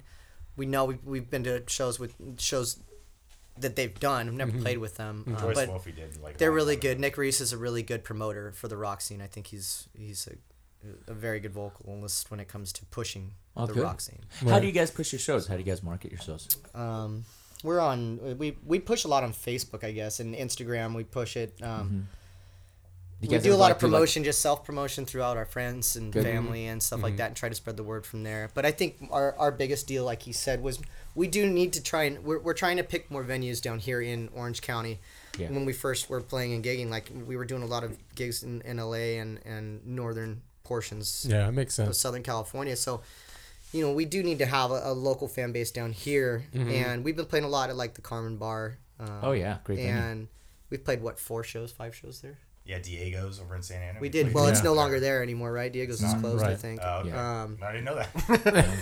Speaker 2: we know we've, we've been to shows with shows that they've done. I've never played with them, uh,
Speaker 3: Joyce
Speaker 2: but
Speaker 3: Wolfe, we did like
Speaker 2: they're
Speaker 3: rock
Speaker 2: really
Speaker 3: band.
Speaker 2: good. Nick Reese is a really good promoter for the rock scene. I think he's he's a, a very good vocalist when it comes to pushing
Speaker 5: Oh,
Speaker 2: the
Speaker 5: good.
Speaker 2: rock scene.
Speaker 5: How do you guys push your shows? How do you guys market your shows?
Speaker 2: Um, we're on we we push a lot on Facebook, I guess, and Instagram. We push it. Um,
Speaker 5: Mm-hmm. You
Speaker 2: we
Speaker 5: guys
Speaker 2: do a
Speaker 5: ever,
Speaker 2: lot
Speaker 5: like,
Speaker 2: of
Speaker 5: do, like-
Speaker 2: promotion, just self promotion throughout our friends and
Speaker 5: Good. Mm-hmm.
Speaker 2: family and stuff like that, and try to spread the word from there. But I think our, our biggest deal, like he said, was we do need to try and we're, we're trying to pick more venues down here in Orange County.
Speaker 5: Yeah.
Speaker 2: When we first were playing and gigging, like we were doing a lot of gigs in, in LA and, and northern portions
Speaker 1: Yeah, it makes
Speaker 2: of
Speaker 1: sense.
Speaker 2: Southern California. So, you know, we do need to have a, a local fan base down here, and we've been playing a lot at like the Carmen Bar. Um,
Speaker 5: Mm-hmm. Oh, yeah. Great venue.
Speaker 2: And we've played what four shows, five shows there.
Speaker 3: Yeah, Diego's over in San Ana.
Speaker 2: We did.
Speaker 3: played
Speaker 2: Well,
Speaker 3: there.
Speaker 2: it's no longer there anymore, right? Diego's is closed, I
Speaker 1: right.
Speaker 2: think.
Speaker 3: Oh, okay.
Speaker 2: Um,
Speaker 3: I didn't know that.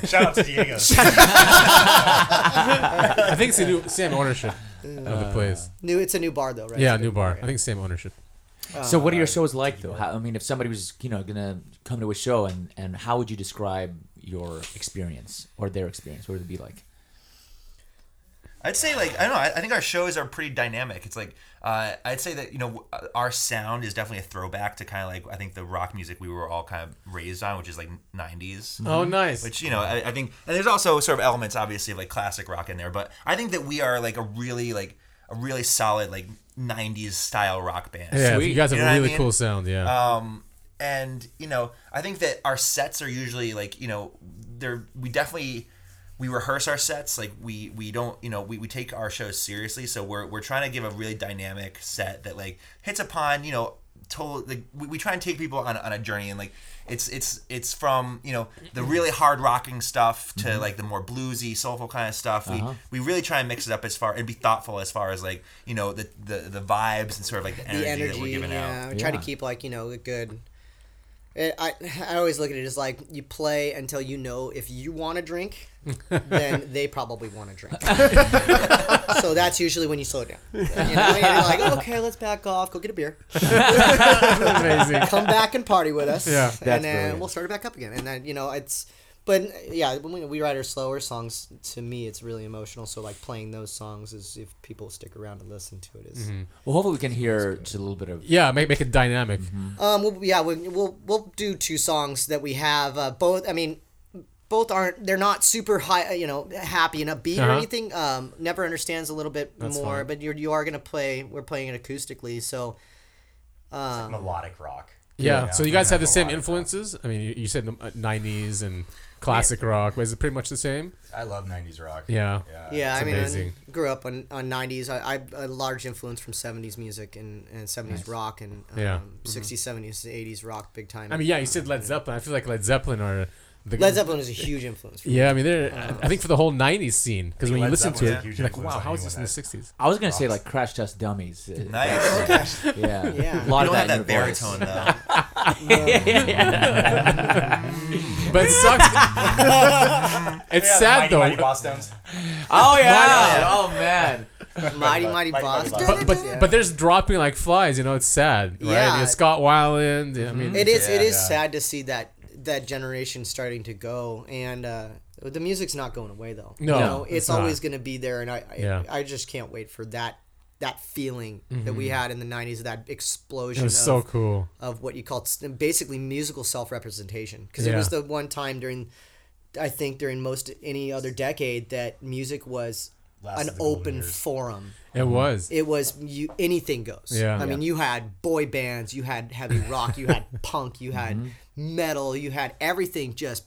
Speaker 3: Shout out to Diego's.
Speaker 1: I think it's the new same ownership of the place.
Speaker 2: new. It's a new bar though, right?
Speaker 1: Yeah,
Speaker 2: It's a
Speaker 1: new bar. I
Speaker 2: yeah.
Speaker 1: think same ownership.
Speaker 2: uh,
Speaker 5: So what are your shows like though? How, I mean, if somebody was you know gonna come to a show and and how would you describe your experience or their experience? What would it be like?
Speaker 6: I'd say like I don't know. I, I think our shows are pretty dynamic. It's like uh, I'd say that you know w- uh, our sound is definitely a throwback to kind of like I think the rock music we were all kind of raised on, which is like '90s.
Speaker 1: Oh, nice.
Speaker 6: Which you know I, I think, and there's also sort of elements obviously of like classic rock in there, but I think that we are like a really like a really solid like '90s style rock band.
Speaker 1: yeah,
Speaker 5: Sweet.
Speaker 1: you guys have
Speaker 6: You
Speaker 1: a
Speaker 6: know what I
Speaker 1: really
Speaker 6: mean?
Speaker 1: cool sound. Yeah.
Speaker 6: Um, and you know, I think that our sets are usually like you know, they're we definitely we rehearse our sets. Like we we don't you know we, we take our shows seriously. So we're we're trying to give a really dynamic set that like hits upon you know total like we, we try and take people on, a- on a journey and like it's it's it's from you know
Speaker 2: Mm-hmm.
Speaker 6: the really hard rocking stuff to like the more bluesy soulful kind of stuff
Speaker 2: Uh-huh.
Speaker 6: we, we really try and mix it up as far and be thoughtful as far as like you know the the, the vibes and sort of like the energy,
Speaker 2: the energy.
Speaker 6: that we're giving out
Speaker 2: yeah, we try to
Speaker 5: Yeah.
Speaker 2: keep like you know a good. It, I I always look at it as like you play until you know if you want to drink, then they probably want to drink. so that's usually when you slow down. You know, and you're like, okay, let's back off, go get a beer,
Speaker 1: Amazing.
Speaker 2: come back and party with us,
Speaker 1: Yeah.
Speaker 2: and then
Speaker 5: That's brilliant.
Speaker 2: we'll start it back up again. And then you know it's, but yeah, when we, we write our slower songs, to me it's really emotional. So like playing those songs is if people stick around and listen to it is-
Speaker 5: Well, hopefully we can hear just a little bit of.
Speaker 1: Yeah, make make it dynamic.
Speaker 2: Um, we'll, yeah, we'll, we'll we'll do two songs that we have. Uh, both, I mean, both aren't they're not super high, uh, you know, happy and upbeat or
Speaker 1: Uh-huh.
Speaker 2: anything. Um, never understands a little bit
Speaker 1: That's
Speaker 2: more,
Speaker 1: fine.
Speaker 2: but you're you are gonna play. We're playing it acoustically, so
Speaker 3: melodic rock.
Speaker 1: Yeah. So you guys have the same
Speaker 3: melodic rock.
Speaker 1: influences. I mean, you, you said the uh, '90s and classic rock. Was it pretty much the same?
Speaker 3: I love '90s rock.
Speaker 1: Yeah.
Speaker 2: yeah. I
Speaker 1: That's
Speaker 2: mean,
Speaker 1: Uh, amazing.
Speaker 2: I grew up on, on '90s. I, I a large influence from '70s music and, and '70s rock and um,
Speaker 1: Yeah. Mm-hmm.
Speaker 2: '60s, '70s, '80s rock, big time.
Speaker 1: I mean, yeah. You said Led Zeppelin. I feel like Led Zeppelin are the
Speaker 2: Led Zeppelin is a huge influence. For me.
Speaker 1: Yeah, I mean, they're. I I think for the whole '90s scene, because when you
Speaker 3: Led
Speaker 1: listen
Speaker 3: Zeppelin's
Speaker 1: to
Speaker 3: a
Speaker 1: it,
Speaker 3: huge
Speaker 1: you're like,
Speaker 3: influence
Speaker 1: "Wow,
Speaker 3: on
Speaker 1: how is
Speaker 3: anyone
Speaker 1: this in the
Speaker 3: Oh, that-
Speaker 1: '60s?"
Speaker 5: I was gonna say like Crash Test Dummies. Uh,
Speaker 6: nice
Speaker 5: Yeah,
Speaker 2: Yeah.
Speaker 5: a lot of
Speaker 6: you don't
Speaker 5: that,
Speaker 6: have that
Speaker 5: in your voice.
Speaker 6: baritone though.
Speaker 1: But it sucks. it's
Speaker 3: Yeah,
Speaker 1: sad
Speaker 3: the Mighty
Speaker 1: though.
Speaker 3: Mighty Boston's.
Speaker 5: Oh yeah! Oh man!
Speaker 2: Mighty Mighty
Speaker 3: Mighty Mighty
Speaker 2: Boss.
Speaker 3: Boss.
Speaker 1: but but, but there's dropping like flies. You know, it's sad, right?
Speaker 2: Yeah. Mm-hmm.
Speaker 1: You know, Scott Weiland. I mean,
Speaker 2: It is. it
Speaker 3: Yeah.
Speaker 2: is
Speaker 3: Yeah.
Speaker 2: sad to see that that generation starting to go, and uh, the music's not going away though.
Speaker 1: No,
Speaker 2: you know, it's,
Speaker 1: it's
Speaker 2: always
Speaker 1: not.
Speaker 2: going to be there, and I I,
Speaker 1: Yeah.
Speaker 2: I just can't wait for that that feeling that we had in the '90s, that
Speaker 1: Mm-hmm. it
Speaker 2: explosion.
Speaker 1: was
Speaker 2: of,
Speaker 1: so cool.
Speaker 2: of what you called s- basically musical self representation. Because it
Speaker 1: Yeah.
Speaker 2: was the one time during, I think, during most any other decade that music was
Speaker 3: Last
Speaker 2: an
Speaker 3: of the golden
Speaker 2: open
Speaker 3: years.
Speaker 2: forum.
Speaker 1: It was.
Speaker 2: It was you anything goes.
Speaker 1: Yeah.
Speaker 2: I mean, you had boy bands, you had heavy rock, you had punk, you had metal, you had everything. Just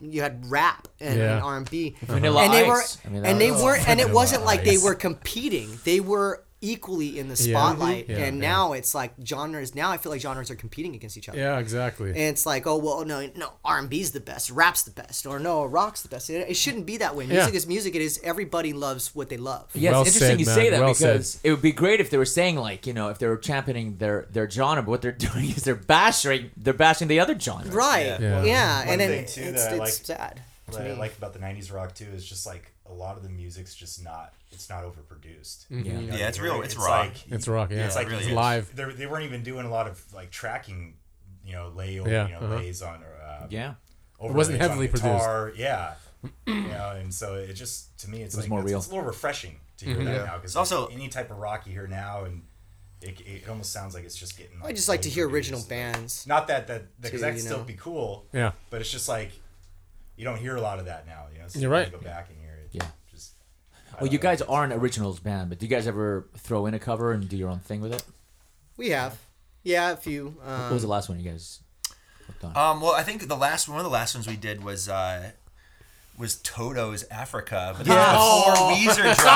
Speaker 2: you had rap and,
Speaker 1: Yeah.
Speaker 2: and R and B.
Speaker 5: Vanilla
Speaker 2: and they were,
Speaker 5: Ice. I mean, that
Speaker 2: and they
Speaker 5: was-
Speaker 2: weren't, and it wasn't like they
Speaker 3: Ice.
Speaker 2: were competing. They were equally in the spotlight.
Speaker 1: Yeah,
Speaker 2: and
Speaker 1: yeah.
Speaker 2: now it's like genres. Now I feel like genres are competing against each other.
Speaker 1: yeah, exactly.
Speaker 2: And it's like, oh well, no, no, R and B's the best, rap's the best, or no, rock's the best. It, it shouldn't be that way. Music is music. It is everybody loves what they love.
Speaker 5: Yeah,
Speaker 1: Well
Speaker 5: it's interesting
Speaker 1: said,
Speaker 5: you
Speaker 1: man.
Speaker 5: say that
Speaker 1: Well said.
Speaker 5: because it would be great if they were saying like you know if they were championing their their genre, but what they're doing is they're bashing they're bashing the other genre.
Speaker 2: Right.
Speaker 1: Yeah.
Speaker 2: Yeah.
Speaker 3: One
Speaker 2: And then
Speaker 3: thing,
Speaker 2: it's,
Speaker 3: too, that I
Speaker 2: it's
Speaker 3: like-
Speaker 2: sad.
Speaker 3: What I like about the '90s rock too is just like a lot of the music's just not it's not overproduced.
Speaker 5: Yeah.
Speaker 3: You know,
Speaker 6: Yeah, it's real- it's raw.
Speaker 3: like
Speaker 1: Mm-hmm. It's rock. Yeah,
Speaker 6: it's like- really
Speaker 1: it's
Speaker 6: is.
Speaker 1: live.
Speaker 3: they they weren't even doing a lot of like tracking, you know, lay over,
Speaker 1: Yeah,
Speaker 3: you know,
Speaker 1: uh-huh.
Speaker 3: lays on or uh,
Speaker 5: Yeah.
Speaker 3: It
Speaker 1: wasn't heavily produced.
Speaker 3: Yeah, you know, and so it just to me it's
Speaker 5: was
Speaker 3: like
Speaker 5: more
Speaker 3: it's,
Speaker 5: real.
Speaker 3: it's a little refreshing to
Speaker 1: Mhm.
Speaker 3: hear that now because
Speaker 6: also-
Speaker 3: any type of rock you hear now and it, it almost sounds like it's just getting.
Speaker 2: I just like to hear
Speaker 3: overproduced.
Speaker 2: original bands.
Speaker 3: Not that that
Speaker 2: Too,
Speaker 3: because that'd
Speaker 2: you
Speaker 3: still
Speaker 2: know.
Speaker 3: be cool.
Speaker 1: Yeah.
Speaker 3: But it's just like you don't hear a lot of that now. You know, so
Speaker 1: You're
Speaker 3: you have to
Speaker 1: right.
Speaker 3: Go back and hear it.
Speaker 5: Yeah.
Speaker 3: Just
Speaker 5: Well, you guys are an originals band, but do you guys ever throw in a cover and do your own thing with it?
Speaker 2: We have. Yeah, a few. Um,
Speaker 5: What was the last one you guys worked on?
Speaker 6: Um, well, I think the last one of the last ones we did was uh, was Toto's Africa. But
Speaker 5: Yes.
Speaker 2: Oh.
Speaker 6: before Weezer dropped theirs.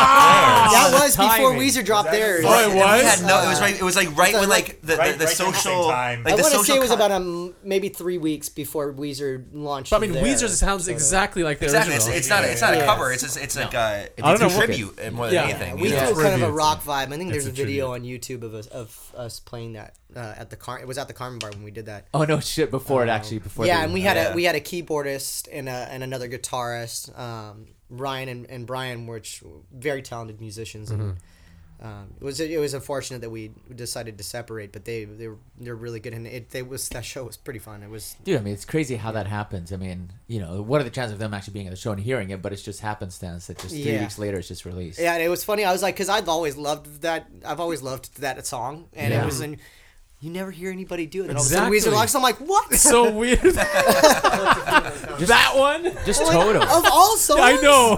Speaker 2: that was before
Speaker 5: timing.
Speaker 2: Weezer dropped
Speaker 3: Ah, that-
Speaker 2: theirs.
Speaker 1: Oh, it
Speaker 6: And we
Speaker 1: was?
Speaker 6: had no, it was right. It was like right
Speaker 2: uh,
Speaker 6: when
Speaker 2: like-
Speaker 6: like the,
Speaker 3: Right-
Speaker 6: the, the
Speaker 3: right during the same
Speaker 6: social.
Speaker 3: time.
Speaker 6: Like
Speaker 2: I
Speaker 6: the
Speaker 2: want to
Speaker 6: social
Speaker 2: say it was
Speaker 6: con-
Speaker 2: about um maybe three weeks before Weezer launched.
Speaker 1: But I mean,
Speaker 2: there.
Speaker 1: Weezer sounds exactly like the
Speaker 6: Exactly. It's,
Speaker 1: original.
Speaker 6: it's not. It's not
Speaker 2: Yeah.
Speaker 6: a cover. It's just, it's like a. It's
Speaker 1: I don't
Speaker 6: a
Speaker 1: know what-
Speaker 6: tribute more than
Speaker 1: Yeah.
Speaker 6: anything.
Speaker 2: We
Speaker 6: you know?
Speaker 1: Yeah.
Speaker 2: did kind of a
Speaker 1: Tribute.
Speaker 2: rock vibe. I think there's
Speaker 1: It's
Speaker 2: a,
Speaker 1: a
Speaker 2: video on YouTube of us of us playing that uh, at the car. It was at the Carmen Bar when we did that.
Speaker 5: oh no, shit! Before it actually, before
Speaker 2: yeah,
Speaker 5: the-
Speaker 2: and we had
Speaker 6: Yeah.
Speaker 2: a we had a keyboardist and a, and another guitarist, um, Ryan and, and Brian, which were very talented musicians. And, um, it was it was unfortunate that we decided to separate, but they they were they're really good, and it they was that show was pretty fun. It was
Speaker 5: Dude, I mean, it's crazy how that happens. I mean, you know, what are the chances of them actually being at the show and hearing it? But it's just happenstance that just three
Speaker 2: Yeah.
Speaker 5: weeks later it's just released.
Speaker 2: Yeah, and it was funny. I was like, because I've always loved that. I've always loved that song, and
Speaker 5: Yeah.
Speaker 2: it was in. You never hear anybody do it. And all of a
Speaker 1: Exactly.
Speaker 2: sudden, Weezer launched. I'm like, what?
Speaker 1: It's so weird. that one.
Speaker 5: Just total.
Speaker 2: of all songs,
Speaker 1: I know.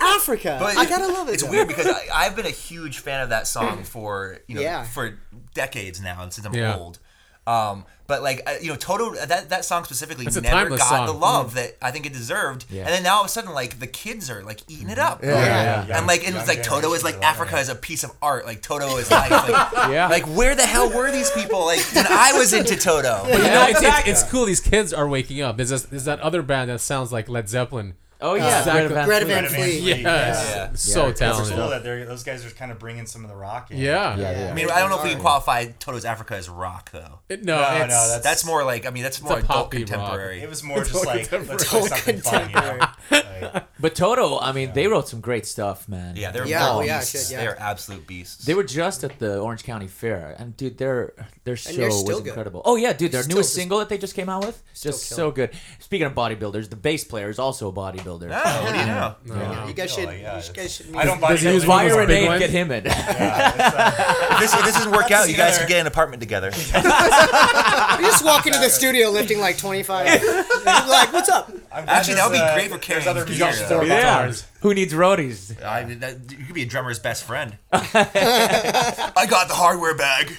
Speaker 2: Africa.
Speaker 6: But
Speaker 2: I
Speaker 6: it-
Speaker 2: gotta love it.
Speaker 6: It's
Speaker 2: though.
Speaker 6: weird because I, I've been a huge fan of that song for you know
Speaker 2: Yeah.
Speaker 6: for decades now, and since I'm
Speaker 1: Yeah.
Speaker 6: old. Um, but like I- you know, Toto that that song specifically
Speaker 1: It's a
Speaker 6: never
Speaker 1: timeless
Speaker 6: got the
Speaker 1: song.
Speaker 6: love
Speaker 2: Mm.
Speaker 6: that I think it deserved.
Speaker 5: Yeah.
Speaker 6: And then now all of a sudden, like the kids are like eating it up.
Speaker 1: yeah,
Speaker 3: yeah.
Speaker 6: And like and it's
Speaker 3: Young
Speaker 6: like Toto is
Speaker 3: generations
Speaker 6: like
Speaker 3: are loving
Speaker 6: Africa
Speaker 3: it.
Speaker 6: is a piece of art. Like Toto is life. Like,
Speaker 5: Yeah.
Speaker 6: like where the hell were these people? Like when I was into Toto.
Speaker 1: You know, it's, it's,
Speaker 5: exactly.
Speaker 1: it's cool. These kids are waking up. There's, this, there's that other band that sounds like Led Zeppelin.
Speaker 5: oh yeah,
Speaker 1: Exactly.
Speaker 5: Greta Van
Speaker 2: Greta
Speaker 5: Fleet.
Speaker 2: Van
Speaker 3: Greta Van
Speaker 2: Fleet.
Speaker 3: Fleet,
Speaker 1: Yes.
Speaker 6: Yeah.
Speaker 1: So
Speaker 5: Yeah.
Speaker 3: It's
Speaker 1: talented.
Speaker 3: cool that they're- those guys are kind of bringing some of the rock in.
Speaker 1: Yeah.
Speaker 5: Yeah, yeah.
Speaker 6: I mean, I don't know if we can qualify Toto's Africa as rock though.
Speaker 1: It- no,
Speaker 3: No,
Speaker 1: it's,
Speaker 3: no,
Speaker 6: That's more like I mean that's more
Speaker 1: a
Speaker 6: adult
Speaker 1: poppy rock.
Speaker 6: contemporary.
Speaker 3: It was more just like let's play
Speaker 2: It's all
Speaker 3: something fun. You know? Like,
Speaker 5: But Toto, I mean, they wrote some great stuff, man.
Speaker 6: Yeah, they're
Speaker 2: Yeah, oh,
Speaker 6: beasts.
Speaker 2: yeah, shit, yeah.
Speaker 6: They're absolute beasts.
Speaker 5: They were just at the Orange County Fair, and dude, their their show
Speaker 2: they're
Speaker 5: was
Speaker 2: still good.
Speaker 5: incredible. Oh yeah, dude, their
Speaker 2: Still
Speaker 5: newest
Speaker 2: just-
Speaker 5: single that they just came out with, just so good. Speaking of bodybuilders, the bass player is also a bodybuilder.
Speaker 6: Oh, what do you know?
Speaker 2: You guys
Speaker 3: Oh,
Speaker 2: should.
Speaker 3: yeah,
Speaker 2: you guys should.
Speaker 3: I don't buy
Speaker 1: Does he
Speaker 3: that
Speaker 1: use
Speaker 3: when
Speaker 1: wire was
Speaker 5: Fire
Speaker 1: a
Speaker 5: and
Speaker 1: big
Speaker 5: Abe,
Speaker 1: one.
Speaker 5: get him in.
Speaker 6: If this, if this doesn't work out, you
Speaker 3: together.
Speaker 6: guys can get an apartment together.
Speaker 2: You just walk into the studio lifting like 25. like, what's up?
Speaker 3: I'm glad
Speaker 6: Actually, that would be
Speaker 3: there's, uh,
Speaker 6: great for
Speaker 3: there's
Speaker 6: carrying
Speaker 3: other
Speaker 6: gear.
Speaker 3: musicians.
Speaker 1: four
Speaker 5: yeah.
Speaker 1: guitars.
Speaker 5: Who needs roadies?
Speaker 6: I mean, that, you could be a drummer's best friend. I got the hardware bag.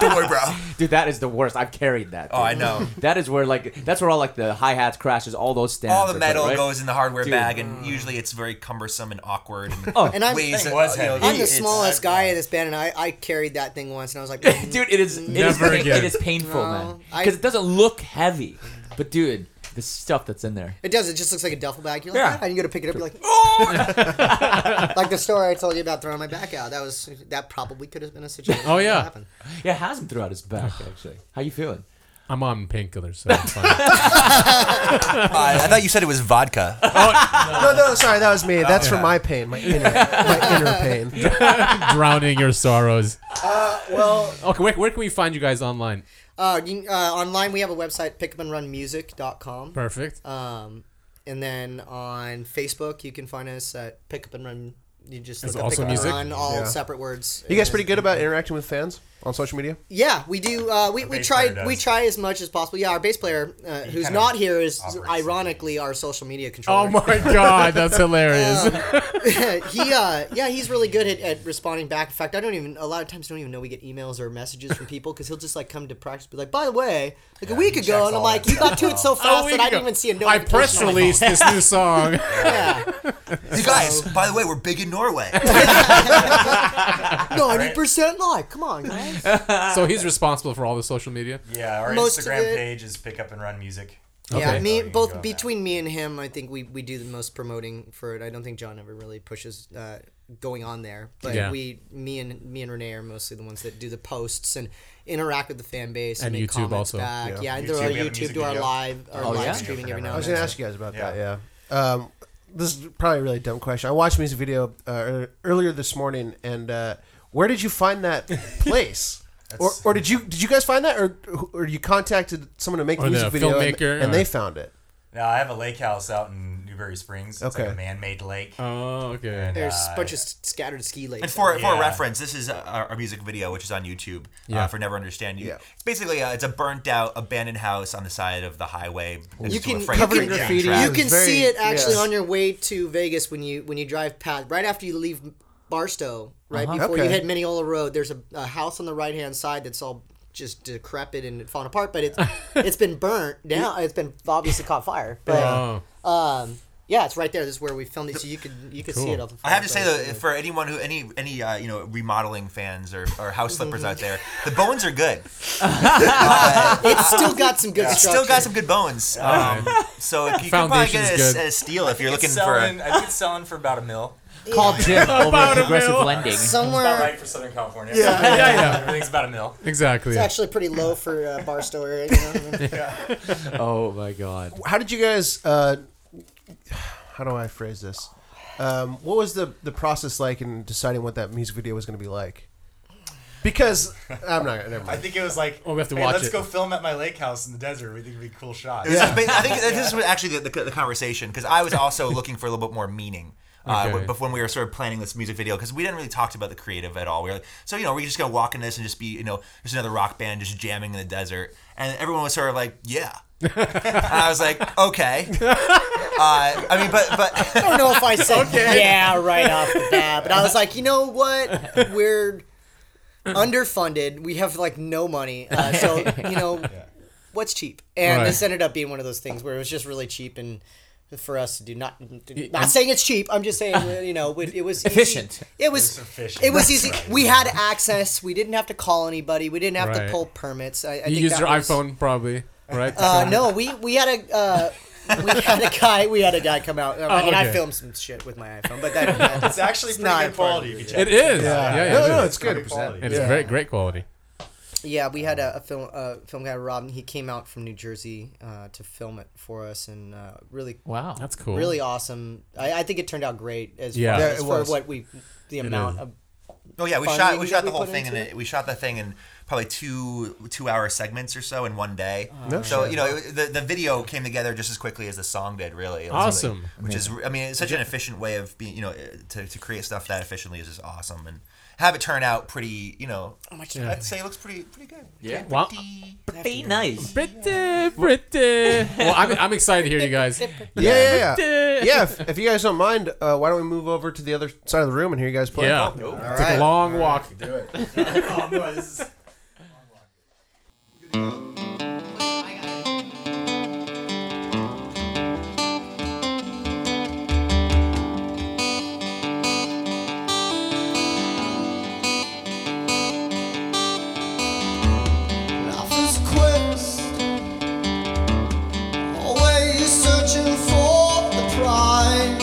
Speaker 6: Don't worry, bro.
Speaker 5: Dude, that is the worst. I've carried that.
Speaker 6: Oh, I
Speaker 5: dude.
Speaker 6: know.
Speaker 5: That is where like that's where all like the hi hats crashes, all those stands.
Speaker 6: All
Speaker 5: are
Speaker 6: the
Speaker 5: put,
Speaker 6: metal
Speaker 5: right?
Speaker 6: goes in the hardware
Speaker 5: Dude.
Speaker 6: bag, and usually it's very cumbersome and awkward. And
Speaker 5: Oh.
Speaker 2: And I'm,
Speaker 6: ways that,
Speaker 3: was
Speaker 6: you know,
Speaker 3: heavy.
Speaker 2: I'm the
Speaker 6: it's-
Speaker 2: smallest guy in this band, and I, I carried that thing once, and I was like, "Mm,
Speaker 5: dude, it is it is
Speaker 1: Never
Speaker 5: pain-
Speaker 1: again.
Speaker 5: it is painful,
Speaker 2: No,
Speaker 5: man,
Speaker 2: I-
Speaker 5: because it doesn't look heavy. But dude, the stuff that's in there.
Speaker 2: It does. It just looks like a duffel bag. You're like,
Speaker 5: Yeah.
Speaker 2: "Ah," and you go to pick it up. You're like, oh! like the story I told you about throwing my back out. That was that probably could have been a situation.
Speaker 1: Oh,
Speaker 2: that
Speaker 1: yeah.
Speaker 2: happened.
Speaker 5: Yeah, it has him throughout his back actually. How you feeling?
Speaker 1: I'm on painkillers, so it's fine.
Speaker 6: Uh, I thought you said it was vodka.
Speaker 4: No, no, sorry, that was me. That's for my pain, my inner, my inner pain.
Speaker 1: Drowning your sorrows.
Speaker 2: Uh, Well,
Speaker 1: Okay, where, where can we find you guys online?
Speaker 2: uh, you, uh, online we have a website, pickupandrunmusic.com.
Speaker 1: Perfect.
Speaker 2: Um, and then on Facebook you can find us at Pick Up and Run. You just
Speaker 1: It's
Speaker 2: look up
Speaker 1: also
Speaker 2: Pick Up
Speaker 1: music?
Speaker 2: and Run, all
Speaker 4: Yeah.
Speaker 2: separate words.
Speaker 4: You guys pretty good about interacting with fans on social media?
Speaker 2: Yeah, we do. Uh, we we
Speaker 3: bass
Speaker 2: try
Speaker 3: player
Speaker 2: we
Speaker 3: does.
Speaker 2: try as much as possible. Yeah, our bass player, uh, who's
Speaker 3: kinda
Speaker 2: not here, is
Speaker 3: operates.
Speaker 2: ironically our social media
Speaker 1: oh
Speaker 2: controller.
Speaker 1: my god, that's hilarious.
Speaker 2: he uh yeah he's really good at, at responding back in fact i don't even a lot of times don't even know we get emails or messages from people because he'll just like come to practice be like by the way like a week
Speaker 3: he
Speaker 2: ago
Speaker 3: checks
Speaker 2: and i'm
Speaker 3: all
Speaker 2: like
Speaker 3: that
Speaker 2: you got to it so
Speaker 1: Oh,
Speaker 2: fast
Speaker 1: we
Speaker 2: that i
Speaker 1: go-
Speaker 2: didn't even see a
Speaker 1: I
Speaker 2: notification
Speaker 1: press
Speaker 2: on my
Speaker 1: released this new song.
Speaker 2: phone. yeah
Speaker 6: You guys, by the way, we're big in Norway.
Speaker 2: 90% like come on guys
Speaker 1: so he's responsible for all the social media.
Speaker 3: Yeah, our
Speaker 2: Most of
Speaker 3: Instagram
Speaker 2: it-
Speaker 3: page is pick up and run music.
Speaker 2: yeah
Speaker 1: Okay.
Speaker 2: me
Speaker 3: Oh, you
Speaker 2: both
Speaker 3: can go
Speaker 2: between me and him i think we, we do the most promoting for it i don't think john ever really pushes uh, going on there but
Speaker 1: Yeah.
Speaker 2: we me and me and renee are mostly the ones that do the posts and interact with the fan base
Speaker 1: And
Speaker 2: and, make
Speaker 1: YouTube
Speaker 2: comments
Speaker 1: also.
Speaker 2: back yeah, and
Speaker 3: YouTube,
Speaker 2: throw our
Speaker 3: we have a
Speaker 2: youtube
Speaker 3: music
Speaker 2: to our
Speaker 3: video.
Speaker 2: live our
Speaker 5: Oh,
Speaker 2: live
Speaker 5: yeah?
Speaker 2: streaming every
Speaker 3: Yeah,
Speaker 2: now and
Speaker 4: I was
Speaker 2: then
Speaker 4: gonna ask you guys about
Speaker 3: Yeah.
Speaker 4: that. Yeah. Um, this is probably a really dumb question. I watched a music video uh, ear- earlier this morning, and uh, where did you find that place? or,
Speaker 3: That's-
Speaker 4: or did you did you guys find that, or or you contacted someone to make
Speaker 1: Or the
Speaker 4: the music video and,
Speaker 1: filmmaker,
Speaker 4: and they
Speaker 1: or-
Speaker 4: found it?
Speaker 3: Now I have a lake house out in Newberry Springs. It's
Speaker 4: Okay.
Speaker 3: like a man-made lake.
Speaker 1: Oh, okay.
Speaker 2: There's a bunch of s- scattered ski lakes.
Speaker 6: And for for
Speaker 3: Yeah.
Speaker 6: reference, this is uh, our, our music video, which is on YouTube
Speaker 1: Yeah.
Speaker 6: uh, for Never Understand You.
Speaker 4: Yeah.
Speaker 6: It's basically uh, it's a burnt out abandoned house on the side of the highway.
Speaker 2: You can-
Speaker 4: Covered
Speaker 2: you
Speaker 4: in
Speaker 2: can-
Speaker 4: graffiti.
Speaker 2: you
Speaker 4: It's
Speaker 2: can
Speaker 4: very-
Speaker 2: see it actually
Speaker 4: yeah.
Speaker 2: on your way to Vegas when you when you drive past right after you leave Barstow, right before you
Speaker 6: Uh-huh.
Speaker 4: Okay.
Speaker 2: hit Mineola Road. There's a, a house on the right hand side that's all just decrepit and falling apart, but it's it's been burnt down. It's been obviously caught fire, but
Speaker 1: Oh,
Speaker 2: um, yeah, it's right there. This is where we filmed it, so you could you could see
Speaker 1: Cool.
Speaker 2: it off the.
Speaker 6: I have to say
Speaker 2: fireplace.
Speaker 6: though, for anyone who any any uh, you know remodeling fans or, or house slippers out there, the bones are good.
Speaker 2: it's still got some good.
Speaker 6: It's
Speaker 2: Structure.
Speaker 6: still got some good bones. Um, so if you can probably get
Speaker 1: Foundation's
Speaker 6: a,
Speaker 1: good.
Speaker 6: a steal if you're looking
Speaker 3: It's
Speaker 6: for.
Speaker 3: selling,
Speaker 6: A,
Speaker 3: I think it's selling for about a mil.
Speaker 5: Call Jim over
Speaker 1: About
Speaker 5: at
Speaker 1: a
Speaker 5: Progressive
Speaker 1: mil.
Speaker 5: Lending.
Speaker 3: About
Speaker 2: somewhere.
Speaker 3: right for Southern California.
Speaker 1: yeah, yeah,
Speaker 3: Everything's about a mil.
Speaker 1: exactly.
Speaker 2: It's actually pretty low for uh, Barstow area. You know what I mean?
Speaker 5: Oh my god.
Speaker 4: How did you guys? Uh, how do I phrase this? Um, what was the the process like in deciding what that music video was going to be like? Because I'm not. Never
Speaker 3: I
Speaker 4: mind.
Speaker 3: think it was like,
Speaker 1: Well, Oh, we have to
Speaker 3: "Hey,
Speaker 1: watch
Speaker 3: let's
Speaker 1: it."
Speaker 3: go film at my lake house in the desert. We think it'd be a cool shot.
Speaker 6: This is ba- I think this was actually the, the, the conversation because I was also looking for a little bit more meaning. Uh,
Speaker 1: Okay.
Speaker 6: but when we were sort of planning this music video, because we didn't really talk about the creative at all, we were like, so you know, we're just gonna walk in this and just be, you know, just another rock band just jamming in the desert, and everyone was sort of like, yeah, and I was like, okay, uh, I mean, but but
Speaker 2: I don't know if I said yeah right off the bat, but I was like, you know what? We're underfunded. We have like no money, uh, so you know what's cheap. And
Speaker 1: Right.
Speaker 2: this ended up being one of those things where it was just really cheap and. For us to do not, not
Speaker 1: and-
Speaker 2: saying it's cheap. I'm just saying uh, you know it, it was easy.
Speaker 5: Efficient.
Speaker 2: It was
Speaker 3: efficient.
Speaker 2: it was easy. We had access. We didn't have to call anybody. We didn't have
Speaker 1: Right.
Speaker 2: to pull permits. I, I
Speaker 1: You
Speaker 2: think
Speaker 1: used
Speaker 2: that
Speaker 1: your
Speaker 2: was-
Speaker 1: iPhone probably, right?
Speaker 2: uh, no, we we had a uh, we had a guy we had a guy come out. I mean, I
Speaker 1: Oh, okay.
Speaker 2: filmed some shit with my iPhone, but that, that's
Speaker 3: It's actually pretty
Speaker 2: not
Speaker 3: good quality. You
Speaker 2: important.
Speaker 3: could check
Speaker 1: It is. Yeah, yeah,
Speaker 4: no,
Speaker 1: it
Speaker 4: no,
Speaker 1: is.
Speaker 4: it's good.
Speaker 3: 100%.
Speaker 1: It is very great quality.
Speaker 2: yeah. We had a, a film uh, film guy Rob, and he came out from New Jersey uh, to film it for us, and uh, really
Speaker 5: Wow.
Speaker 1: That's cool.
Speaker 2: really awesome. I, I think it turned out great as
Speaker 1: Yeah.
Speaker 2: far
Speaker 1: Yeah,
Speaker 2: as
Speaker 4: it
Speaker 2: for
Speaker 4: was.
Speaker 2: what we the amount
Speaker 1: is.
Speaker 2: of
Speaker 6: oh yeah, we
Speaker 2: Funding
Speaker 6: shot we
Speaker 2: that
Speaker 6: shot
Speaker 2: we
Speaker 6: the whole
Speaker 2: put
Speaker 6: thing in
Speaker 2: into
Speaker 6: a, we shot the thing in probably two two hour segments or so in one day.
Speaker 3: Oh,
Speaker 6: so you know it- the the video came together just as quickly as the song did. Really It was
Speaker 1: Awesome.
Speaker 6: really- which is I mean it's such an efficient way of being you know to, to create stuff that efficiently is just awesome and have it turn out pretty you know
Speaker 3: Oh,
Speaker 6: I'd say it looks pretty pretty good.
Speaker 5: Yeah.
Speaker 1: Wow.
Speaker 6: Pretty-
Speaker 5: Pretty nice.
Speaker 1: Pretty, pretty. Well, I'm, I'm excited to hear you guys.
Speaker 4: Yeah, yeah, yeah. yeah if, if you guys don't mind, uh, why don't we move over to the other side of the room and hear you guys play?
Speaker 1: Yeah.
Speaker 3: Nope.
Speaker 1: It's like a long walk.
Speaker 3: Oh, no, this is-
Speaker 8: Life is a quest, always searching for the prize.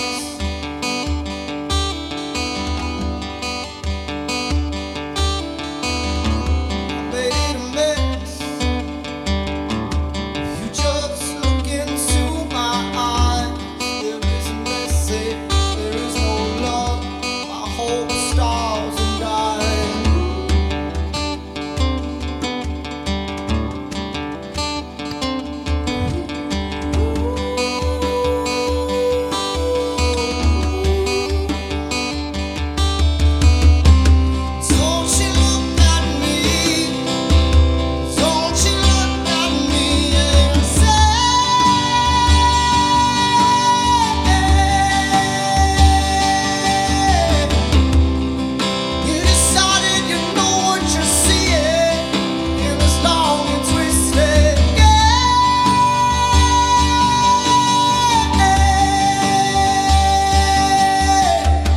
Speaker 8: I made it a mess. If you just look into my eyes, there is a message, there is no love. I hold the stars and I. Don't she look at me? Don't she look at me and say You decided you know what you're seeing in this long and twisted game.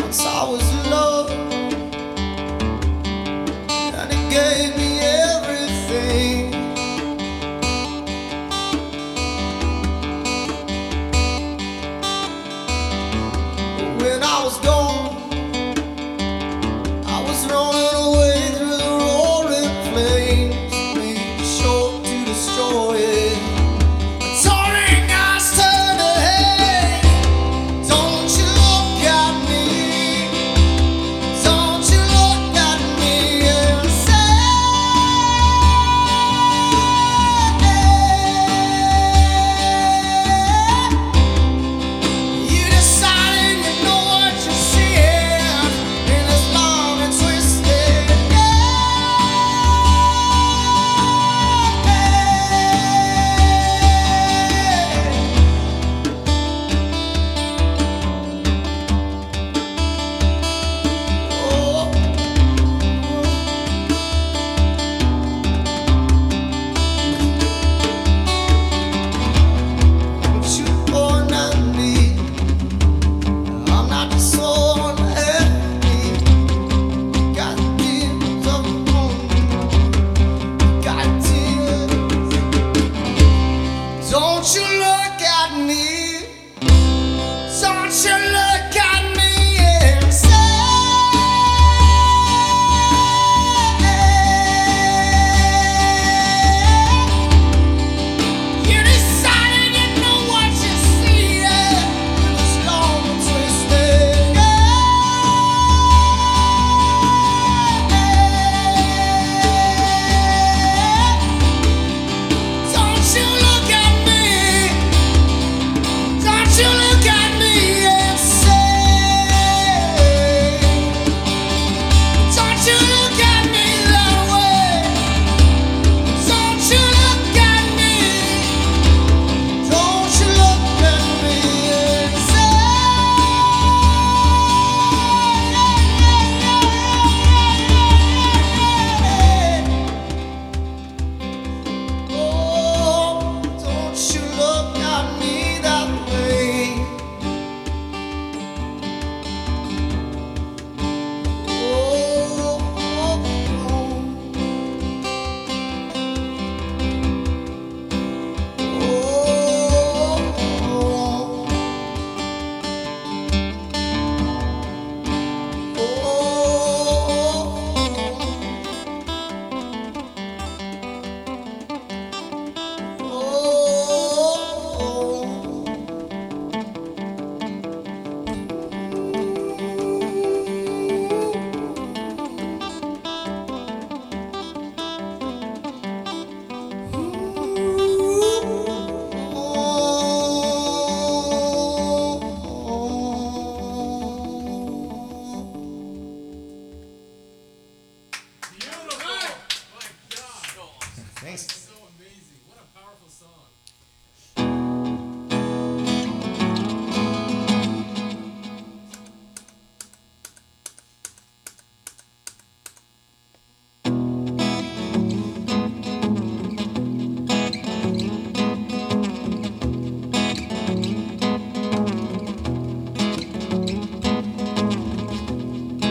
Speaker 8: Once I was in love, and it gave me everything. But When I was gone, I was running away through the roaring flames, made sure to destroy it. Soaring eyes turn to hate. Don't you look at me? Don't you look at me and say? Oh,
Speaker 3: Thanks.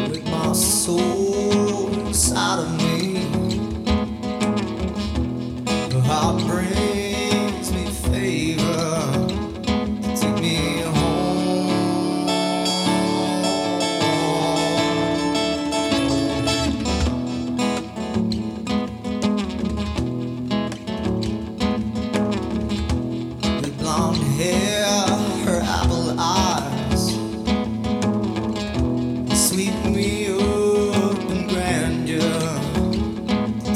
Speaker 8: with my soul inside of me. The heart brings me favor to take me home. The blonde hair, her apple eyes sweep me up in grandeur,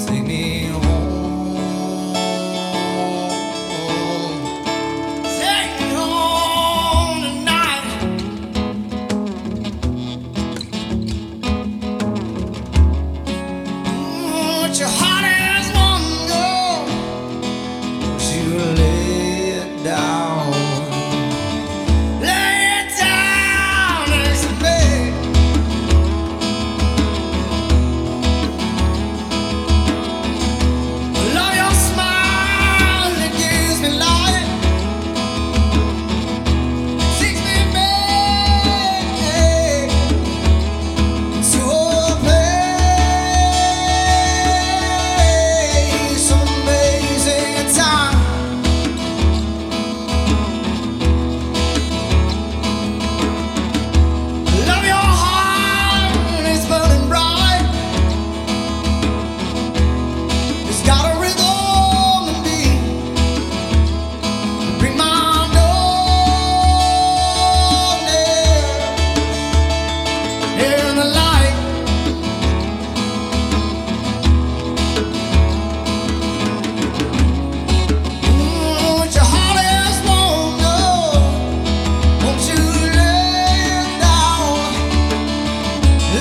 Speaker 8: take me home. Take me home tonight. Mm, Your heart is one girl, you lay it down. Lay it down next to me. Love your smile, it gives me life. Takes me back to a place, amazing time. Love your heart, it's burning bright. It's got a rhythm and beat. Bring my darkness in the light. Mm, with your heart is warm, no, won't you lay it down?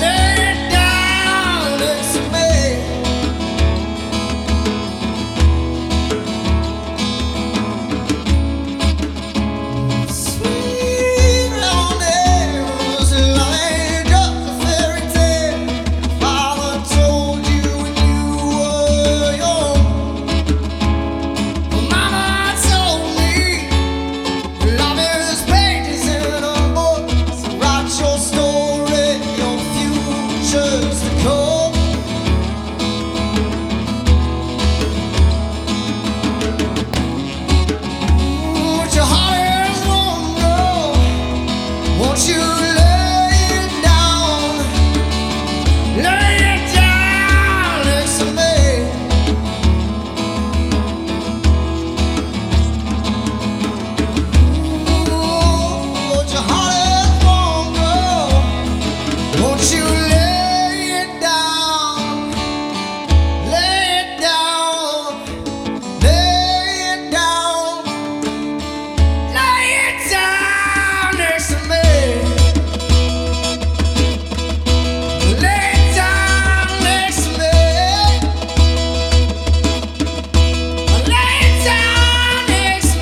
Speaker 8: Lay it down next to me. Cold. With your heart is warm, girl, won't you lay it down? Lay it down next to me. With your heart is warm, girl, won't you lay it down? Lay it down, lay it down. Lay it down next to me. Lay it down next to me. Lay it down next to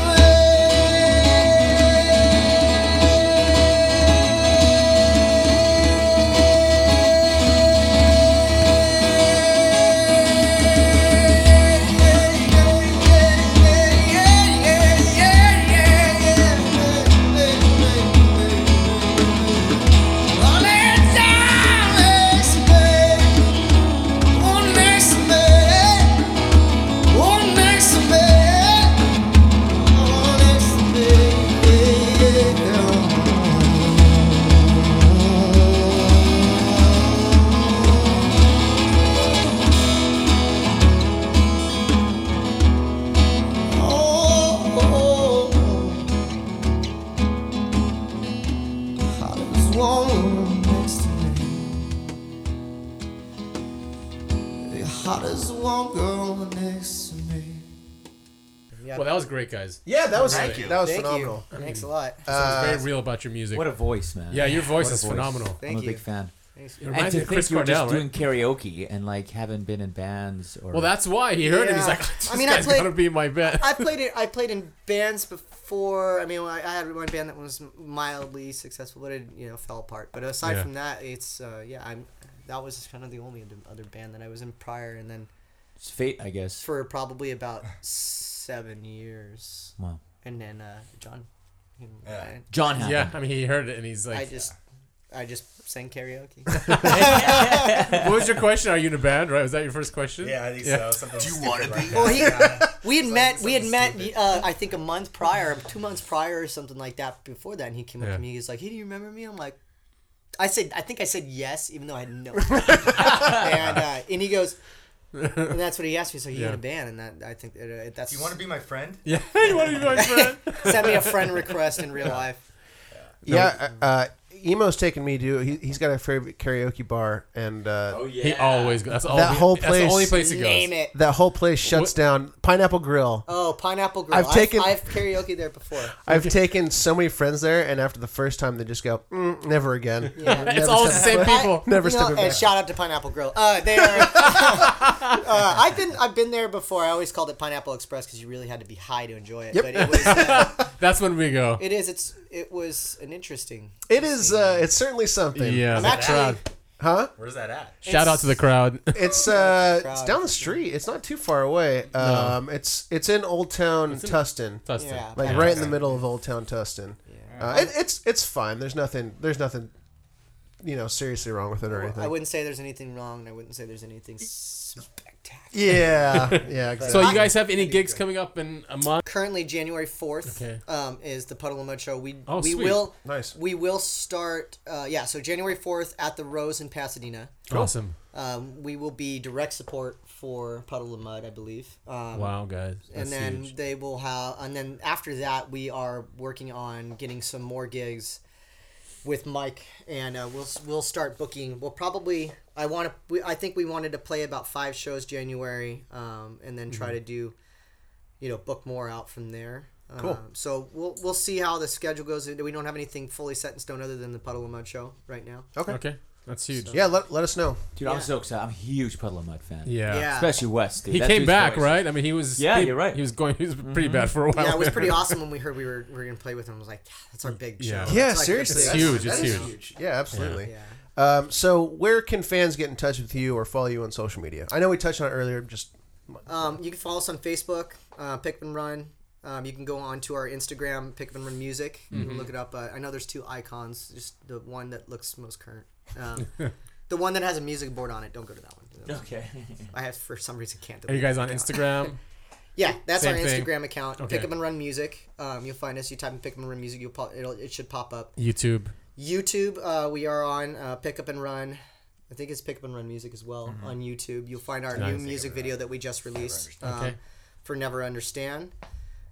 Speaker 8: Hot as one girl next to me.
Speaker 1: Well, that was great, guys.
Speaker 4: Yeah, that was
Speaker 6: Thank you.
Speaker 4: that was
Speaker 2: Thank
Speaker 4: phenomenal. Uh,
Speaker 2: you. Thanks a lot.
Speaker 1: Sounds very real about your music.
Speaker 5: What a voice, man.
Speaker 1: yeah, your voice
Speaker 5: What a
Speaker 1: is phenomenal.
Speaker 5: I'm
Speaker 2: Thank
Speaker 5: a big
Speaker 2: you.
Speaker 5: fan.
Speaker 2: Thanks.
Speaker 1: It
Speaker 5: And
Speaker 1: reminds
Speaker 5: to
Speaker 1: me of
Speaker 5: think
Speaker 1: Chris
Speaker 5: you were just
Speaker 1: Cornell, right?
Speaker 5: doing karaoke and like haven't been in bands or
Speaker 1: Well, that's why he heard it. He's
Speaker 2: Yeah.
Speaker 1: like,
Speaker 2: I
Speaker 1: this
Speaker 2: mean, I
Speaker 1: guy's
Speaker 2: played-
Speaker 1: gotta be my bet.
Speaker 2: I played it. I played in bands before. I mean, I, I had one band that was mildly successful, but it you know fell apart. But aside
Speaker 1: Yeah.
Speaker 2: from that, it's uh, yeah. I'm that was kind of the only other- other band that I was in prior, and then
Speaker 5: It's fate, I guess.
Speaker 2: for probably about seven years,
Speaker 5: Wow.
Speaker 2: and then uh, John. him,
Speaker 3: Yeah.
Speaker 2: Ryan,
Speaker 5: John happened.
Speaker 1: yeah, I mean, he heard it and he's like,
Speaker 2: I just. I just sang karaoke.
Speaker 1: what was your question? Are you in a band? Right? Was that your first question?
Speaker 3: Yeah, I think so. Something Do
Speaker 6: you wanna be?
Speaker 2: well, he, we had met.
Speaker 3: like
Speaker 2: We had
Speaker 3: something
Speaker 2: met.
Speaker 3: stupid.
Speaker 2: Uh, I think a month prior, two months prior, or something like that. Before that, and he came up
Speaker 1: Yeah.
Speaker 2: to me. He's like, "Hey, do you remember me?" I'm like, "I said, I think I said yes, even though I had no." and uh, and he goes, and that's what he asked me. So he had
Speaker 1: Yeah.
Speaker 2: a band, and that I think that, uh, that's.
Speaker 3: Do you want to be my friend?
Speaker 1: Yeah. you want to be my friend?
Speaker 2: send me a friend request in real life?
Speaker 4: Yeah, uh, uh, Emo's taking me to. He, he's got a favorite karaoke bar, and uh,
Speaker 6: Oh,
Speaker 1: He always goes. That's all.
Speaker 4: That
Speaker 1: he-
Speaker 4: whole
Speaker 1: That's the
Speaker 4: place-
Speaker 1: only place he goes.
Speaker 2: Name it.
Speaker 4: that whole place shuts
Speaker 1: What-
Speaker 4: down. Pineapple Grill.
Speaker 2: Oh, Pineapple Girl.
Speaker 4: I've
Speaker 2: I've,
Speaker 4: taken-
Speaker 2: I've karaoke there before.
Speaker 4: I've taken so many friends there, and after the first time, they just go, mm, "Never again."
Speaker 2: Yeah.
Speaker 4: Never
Speaker 1: It's all the
Speaker 4: step
Speaker 1: same
Speaker 4: foot.
Speaker 1: people.
Speaker 4: Never
Speaker 2: You know,
Speaker 4: step
Speaker 2: and
Speaker 4: back.
Speaker 2: shout out to Pineapple Grill. Uh, they are. uh, I've been I've been there before. I always called it Pineapple Express because you really had to be high to enjoy it.
Speaker 4: Yep.
Speaker 2: But it was. Uh,
Speaker 1: That's when we go.
Speaker 2: it is. It's. It was an interesting.
Speaker 4: It is. Uh, it's certainly something.
Speaker 1: yeah.
Speaker 2: I'm
Speaker 1: the
Speaker 2: actually.
Speaker 1: crowd.
Speaker 4: Huh?
Speaker 3: Where's that at?
Speaker 1: Shout out to the crowd.
Speaker 4: It's uh, it's
Speaker 2: Crowd.
Speaker 4: down the street. It's not too far away. Um, it's it's in Old Town Tustin,
Speaker 1: Tustin.
Speaker 2: Yeah.
Speaker 4: like right in the middle of Old Town Tustin. Uh, it, it's it's fine. There's nothing. There's nothing. You know, seriously wrong with it or anything.
Speaker 2: I wouldn't say there's anything wrong. and I wouldn't say there's anything spectacular.
Speaker 4: yeah. Yeah. Exactly.
Speaker 1: So you guys have any gigs coming up in a month?
Speaker 2: Currently, January fourth
Speaker 1: Okay.
Speaker 2: um, is the Puddlemote show. We
Speaker 1: Oh,
Speaker 2: we
Speaker 1: sweet.
Speaker 2: will
Speaker 4: Nice.
Speaker 2: we will start. Uh, yeah, so January fourth at the Rose in Pasadena.
Speaker 1: Awesome.
Speaker 2: Um, we will be direct support for Puddle of Mud, I believe. Um,
Speaker 1: Wow, guys. That's
Speaker 2: and then
Speaker 1: huge.
Speaker 2: they will have and then after that we are working on getting some more gigs with mike and uh, we'll we'll start booking we'll probably i want to i think we wanted to play about five shows january um, and then
Speaker 1: Mm-hmm.
Speaker 2: try to do you know book more out from there cool. um, so we'll we'll see how the schedule goes we don't have anything fully set in stone other than the puddle of mud show right now
Speaker 4: okay.
Speaker 1: Okay. That's huge.
Speaker 4: Yeah. Let, let us know.
Speaker 5: Dude, I'm so excited. I'm a huge Puddle of Mud fan.
Speaker 1: Yeah.
Speaker 2: Yeah.
Speaker 5: Especially West. Dude.
Speaker 1: He
Speaker 5: That
Speaker 1: came
Speaker 5: dude's
Speaker 1: back,
Speaker 5: voice.
Speaker 1: right? I mean, he was.
Speaker 5: Yeah,
Speaker 1: he-
Speaker 5: you're right. Mm-hmm.
Speaker 1: He was going. He was pretty bad for a while.
Speaker 2: yeah, it was pretty awesome when we heard we were we were gonna play with them. I was like, "Yeah, that's our big show.
Speaker 1: Yeah.
Speaker 2: That's
Speaker 4: Yeah,
Speaker 2: like the
Speaker 4: seriously,
Speaker 2: big-
Speaker 1: It's huge. It's
Speaker 4: That is
Speaker 1: huge.
Speaker 4: Yeah, absolutely.
Speaker 2: Yeah.
Speaker 4: Um, so, where can fans get in touch with you or follow you on social media? I know we touched on it earlier. Just
Speaker 2: Um, you can follow us on Facebook, uh, Pickman Run. Um, you can go on to our Instagram, Pickman Run Music. You
Speaker 1: Mm-hmm.
Speaker 2: can look it up. Uh, I know there's two icons, just the one that looks most current. Um, the one that has a music board on it. Don't go to that one. Um,
Speaker 5: Okay.
Speaker 2: I have for some reason can't.
Speaker 1: Are you
Speaker 2: delete
Speaker 1: guys on
Speaker 2: that account.
Speaker 1: Instagram?
Speaker 2: Yeah, that's
Speaker 1: Same
Speaker 2: our
Speaker 1: thing.
Speaker 2: Instagram account.
Speaker 1: Okay.
Speaker 2: Pick up and run music. Um, you'll find us. You type in pick up and run music. You'll pop. It'll, it should pop up.
Speaker 1: YouTube.
Speaker 2: YouTube, uh, we are on uh, Pick Up and Run. I think it's Pick Up and Run Music as well
Speaker 1: Mm-hmm.
Speaker 2: on YouTube. You'll find our new music video that we just released um,
Speaker 1: Okay.
Speaker 2: for Never Understand.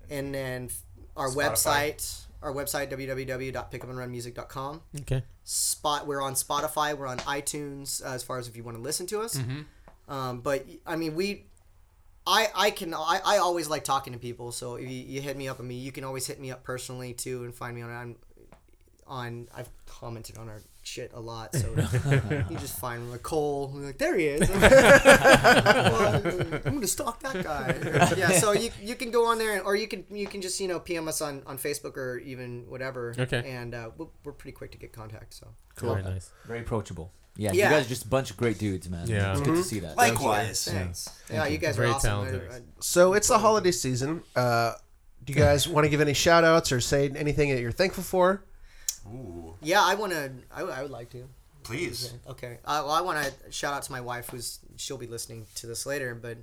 Speaker 2: And then f- our website, our website, www.pickupandrunmusic.com.
Speaker 1: Okay.
Speaker 2: Spot, we're on Spotify, we're on iTunes uh, as far as if you want to listen to
Speaker 1: Mm-hmm.
Speaker 2: us. Um, but, I mean, we. I, I can I, I always like talking to people so if you, you hit me up I mean you can always hit me up personally too and find me on I'm, on I've commented on our shit a lot, so you just find like Cole, and you're like there he is. I'm gonna stalk that guy. yeah, so you, you can go on there, and, or you can you can just you know PM us on, on Facebook or even whatever.
Speaker 1: Okay.
Speaker 2: And uh, we're, we're pretty quick to get contact. So
Speaker 1: Cool. Very nice.
Speaker 5: Very approachable. Yeah,
Speaker 2: Yeah.
Speaker 5: You guys are just a bunch of great dudes, man.
Speaker 1: Yeah.
Speaker 5: It's good to see that.
Speaker 6: Likewise.
Speaker 2: thanks. yeah, you guys
Speaker 1: Very
Speaker 2: are awesome.
Speaker 1: talented.
Speaker 2: I- I-
Speaker 4: so it's the holiday season. Uh, do you guys want to give any shout outs or say anything that you're thankful for?
Speaker 6: Ooh,
Speaker 2: yeah, I wanna. I, I would like to.
Speaker 6: please.
Speaker 2: Okay. I, well, I want to shout out to my wife, who's she'll be listening to this later, but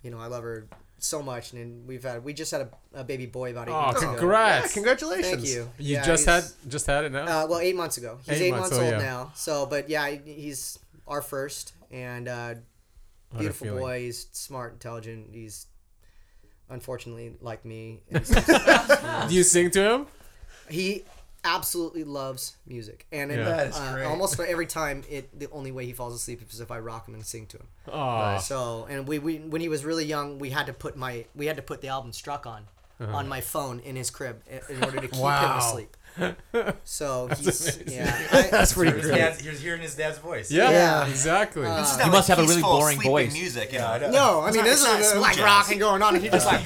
Speaker 2: you know I love her so much, and, then we've had we just had a, a baby boy about eight
Speaker 1: Oh,
Speaker 2: months ago.
Speaker 4: Yeah,
Speaker 1: congrats!
Speaker 4: congratulations.
Speaker 2: Thank you.
Speaker 1: You
Speaker 2: Yeah,
Speaker 1: just had
Speaker 2: he's-
Speaker 1: just had it now.
Speaker 2: uh, well eight months ago. He's
Speaker 1: Eight
Speaker 2: eight,
Speaker 1: months,
Speaker 2: months,
Speaker 1: oh,
Speaker 2: old
Speaker 1: yeah.
Speaker 2: now. So, but yeah, he- he's our first and uh,
Speaker 1: a
Speaker 2: beautiful
Speaker 1: feeling.
Speaker 2: boy. He's smart, intelligent. He's unfortunately like me.
Speaker 1: Do you sing to him?
Speaker 2: he absolutely loves music, and it,
Speaker 1: Yeah. That
Speaker 3: is
Speaker 2: uh,
Speaker 3: great.
Speaker 2: almost every time, it the only way he falls asleep is if I rock him and sing to him.
Speaker 1: Oh,
Speaker 2: So and we, we when he was really young, we had to put my we had to put the album Struck on on my phone in his crib i- in order to keep him asleep. So he's yeah, I,
Speaker 4: That's pretty
Speaker 3: His
Speaker 4: great.
Speaker 3: dad's- He's hearing his dad's voice.
Speaker 1: Yeah,
Speaker 2: Yeah.
Speaker 1: exactly.
Speaker 6: It's not
Speaker 5: You must have a really
Speaker 6: peaceful,
Speaker 5: boring
Speaker 6: sleeping
Speaker 5: voice.
Speaker 6: Music,
Speaker 3: Yeah, I
Speaker 6: yeah.
Speaker 3: know.
Speaker 2: no, Oh, I
Speaker 6: It's
Speaker 2: mean
Speaker 6: not-
Speaker 2: this
Speaker 6: it's not
Speaker 2: is uh,
Speaker 6: smooth
Speaker 2: like
Speaker 6: jazz.
Speaker 2: rocking going on. And he just like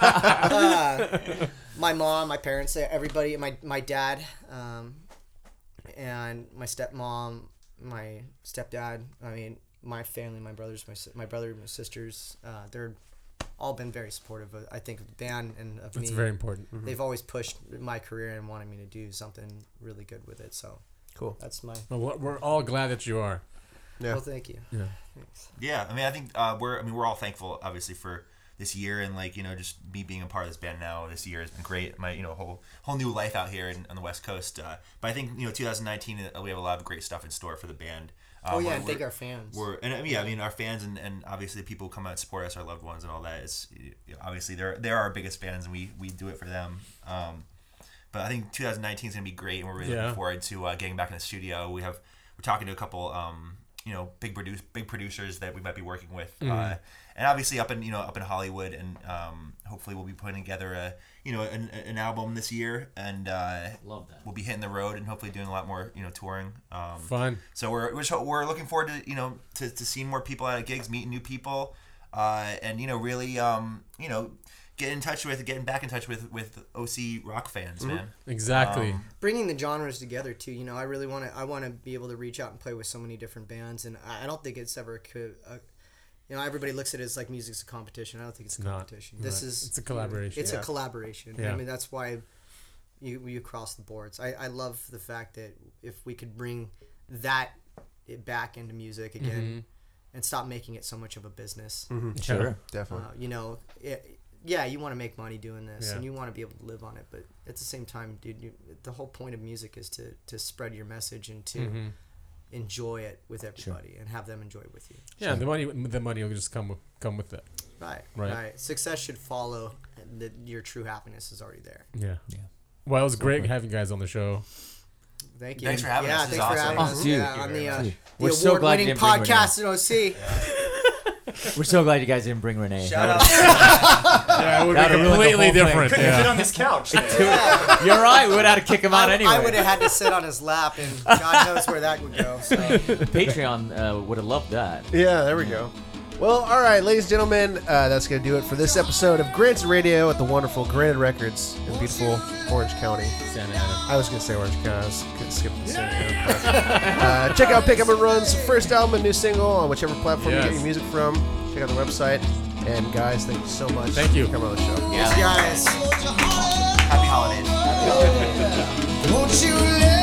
Speaker 2: uh, my mom, my parents, everybody, my my dad, um, and my stepmom, my stepdad. I mean, my family, my brothers, my si- my brother, my sisters. Uh, they're all been very supportive. Of, I think of Dan and of me.
Speaker 1: That's very important.
Speaker 2: They've always pushed my career and wanted me to do something really good with it. So
Speaker 4: Cool.
Speaker 2: that's my.
Speaker 1: Well, we're- we're all glad that you are.
Speaker 4: Yeah.
Speaker 2: Well, thank you.
Speaker 6: Yeah, I mean, I think uh, we're. I mean, we're all thankful, obviously, for this year and like you know, just me being a part of this band now. This year has been great. My you know whole whole new life out here in, on the West Coast. Uh, but I think you know, 2019, uh, we have a lot of great stuff in store for the band. Um,
Speaker 2: Oh yeah,
Speaker 6: we're-
Speaker 2: and thank
Speaker 6: we're-
Speaker 2: our fans.
Speaker 6: We're and I mean, yeah, I mean, our fans and, and obviously the people who come out and support us, our loved ones, and all that is you know, obviously they're they're our biggest fans, and we we do it for them. Um, but I think 2019 is gonna be great, and we're really
Speaker 1: Yeah.
Speaker 6: looking forward to uh, getting back in the studio. We have we're talking to a couple, um, you know, big produce big producers that we might be working with, uh, and obviously up in you know up in Hollywood, and um, hopefully we'll be putting together a you know an, an album this year, and uh,
Speaker 5: Love that.
Speaker 6: we'll be hitting the road and hopefully doing a lot more you know touring. Um,
Speaker 1: Fun.
Speaker 6: so we're we're, so- we're looking forward to you know to, to seeing more people out at gigs, meeting new people, uh, and you know really um, you know get in touch with getting back in touch with with OC rock fans, man.
Speaker 1: Exactly.
Speaker 5: Oh.
Speaker 2: bringing the genres together too. You know, I really want to. I want to be able to reach out and play with so many different bands, and I I don't think it's ever. co- Uh, you know, everybody looks at it as like music's a competition. I don't think it's a
Speaker 1: Not-
Speaker 2: competition. This
Speaker 1: right.
Speaker 2: is
Speaker 1: It's a collaboration.
Speaker 2: It's
Speaker 1: Yeah.
Speaker 2: a collaboration.
Speaker 1: Yeah.
Speaker 2: I mean, that's why you you cross the boards. I I love the fact that if we could bring that it back into music again. And stop making it so much of a business.
Speaker 1: Sure.
Speaker 4: Definitely.
Speaker 2: Uh, you know, it, yeah, you want to make money doing this,
Speaker 1: Yeah.
Speaker 2: and you want to be able to live on it. But at the same time, dude, you, the whole point of music is to to spread your message and to
Speaker 5: Mm-hmm.
Speaker 2: enjoy it with everybody and have them enjoy it with you.
Speaker 1: Yeah, the money the money will just come with, come with that.
Speaker 2: Right,
Speaker 1: Right.
Speaker 2: right. Success should follow. and That your true happiness is already there.
Speaker 1: Yeah. Yeah. Well, it was great having you guys on the show.
Speaker 2: Thank you.
Speaker 6: Thanks for having
Speaker 2: yeah,
Speaker 6: us. This
Speaker 2: thanks
Speaker 6: is
Speaker 2: for
Speaker 6: awesome.
Speaker 2: having
Speaker 5: Oh,
Speaker 2: us.
Speaker 5: dude.
Speaker 2: yeah, on the, uh,
Speaker 5: Dude. We're
Speaker 2: the
Speaker 5: so glad you
Speaker 2: award-winning
Speaker 5: didn't bring
Speaker 2: podcast in OC.
Speaker 5: We're so glad you guys didn't bring Renee.
Speaker 3: Shout
Speaker 5: That
Speaker 3: out.
Speaker 5: would've-
Speaker 1: Yeah, it would
Speaker 5: That'd
Speaker 1: be
Speaker 5: ruin the
Speaker 1: completely
Speaker 5: whole thing.
Speaker 1: different.
Speaker 3: Couldn't fit
Speaker 1: Yeah.
Speaker 3: on this couch. there.
Speaker 5: You're right. We would have had to kick him out
Speaker 2: I,
Speaker 5: anyway.
Speaker 2: would have had to sit on his lap, and God knows where that would go. So.
Speaker 5: Patreon uh, would have loved that.
Speaker 4: Yeah, there we go. Well, all right, ladies and gentlemen, uh, that's going to do it for this episode of Grants Radio at the wonderful Granite Records in beautiful Orange County.
Speaker 1: Santa Ana.
Speaker 4: I was going to say Orange County. I was gonna skip the San Diego. uh, check out Pick Up and Run's first album and new single on whichever platform you
Speaker 1: Yes.
Speaker 4: get your music from. Check out the website. And guys, thank you so much.
Speaker 1: Thank you.
Speaker 4: For coming on the show.
Speaker 2: Yes, guys.
Speaker 6: Happy holidays.
Speaker 8: Won't you let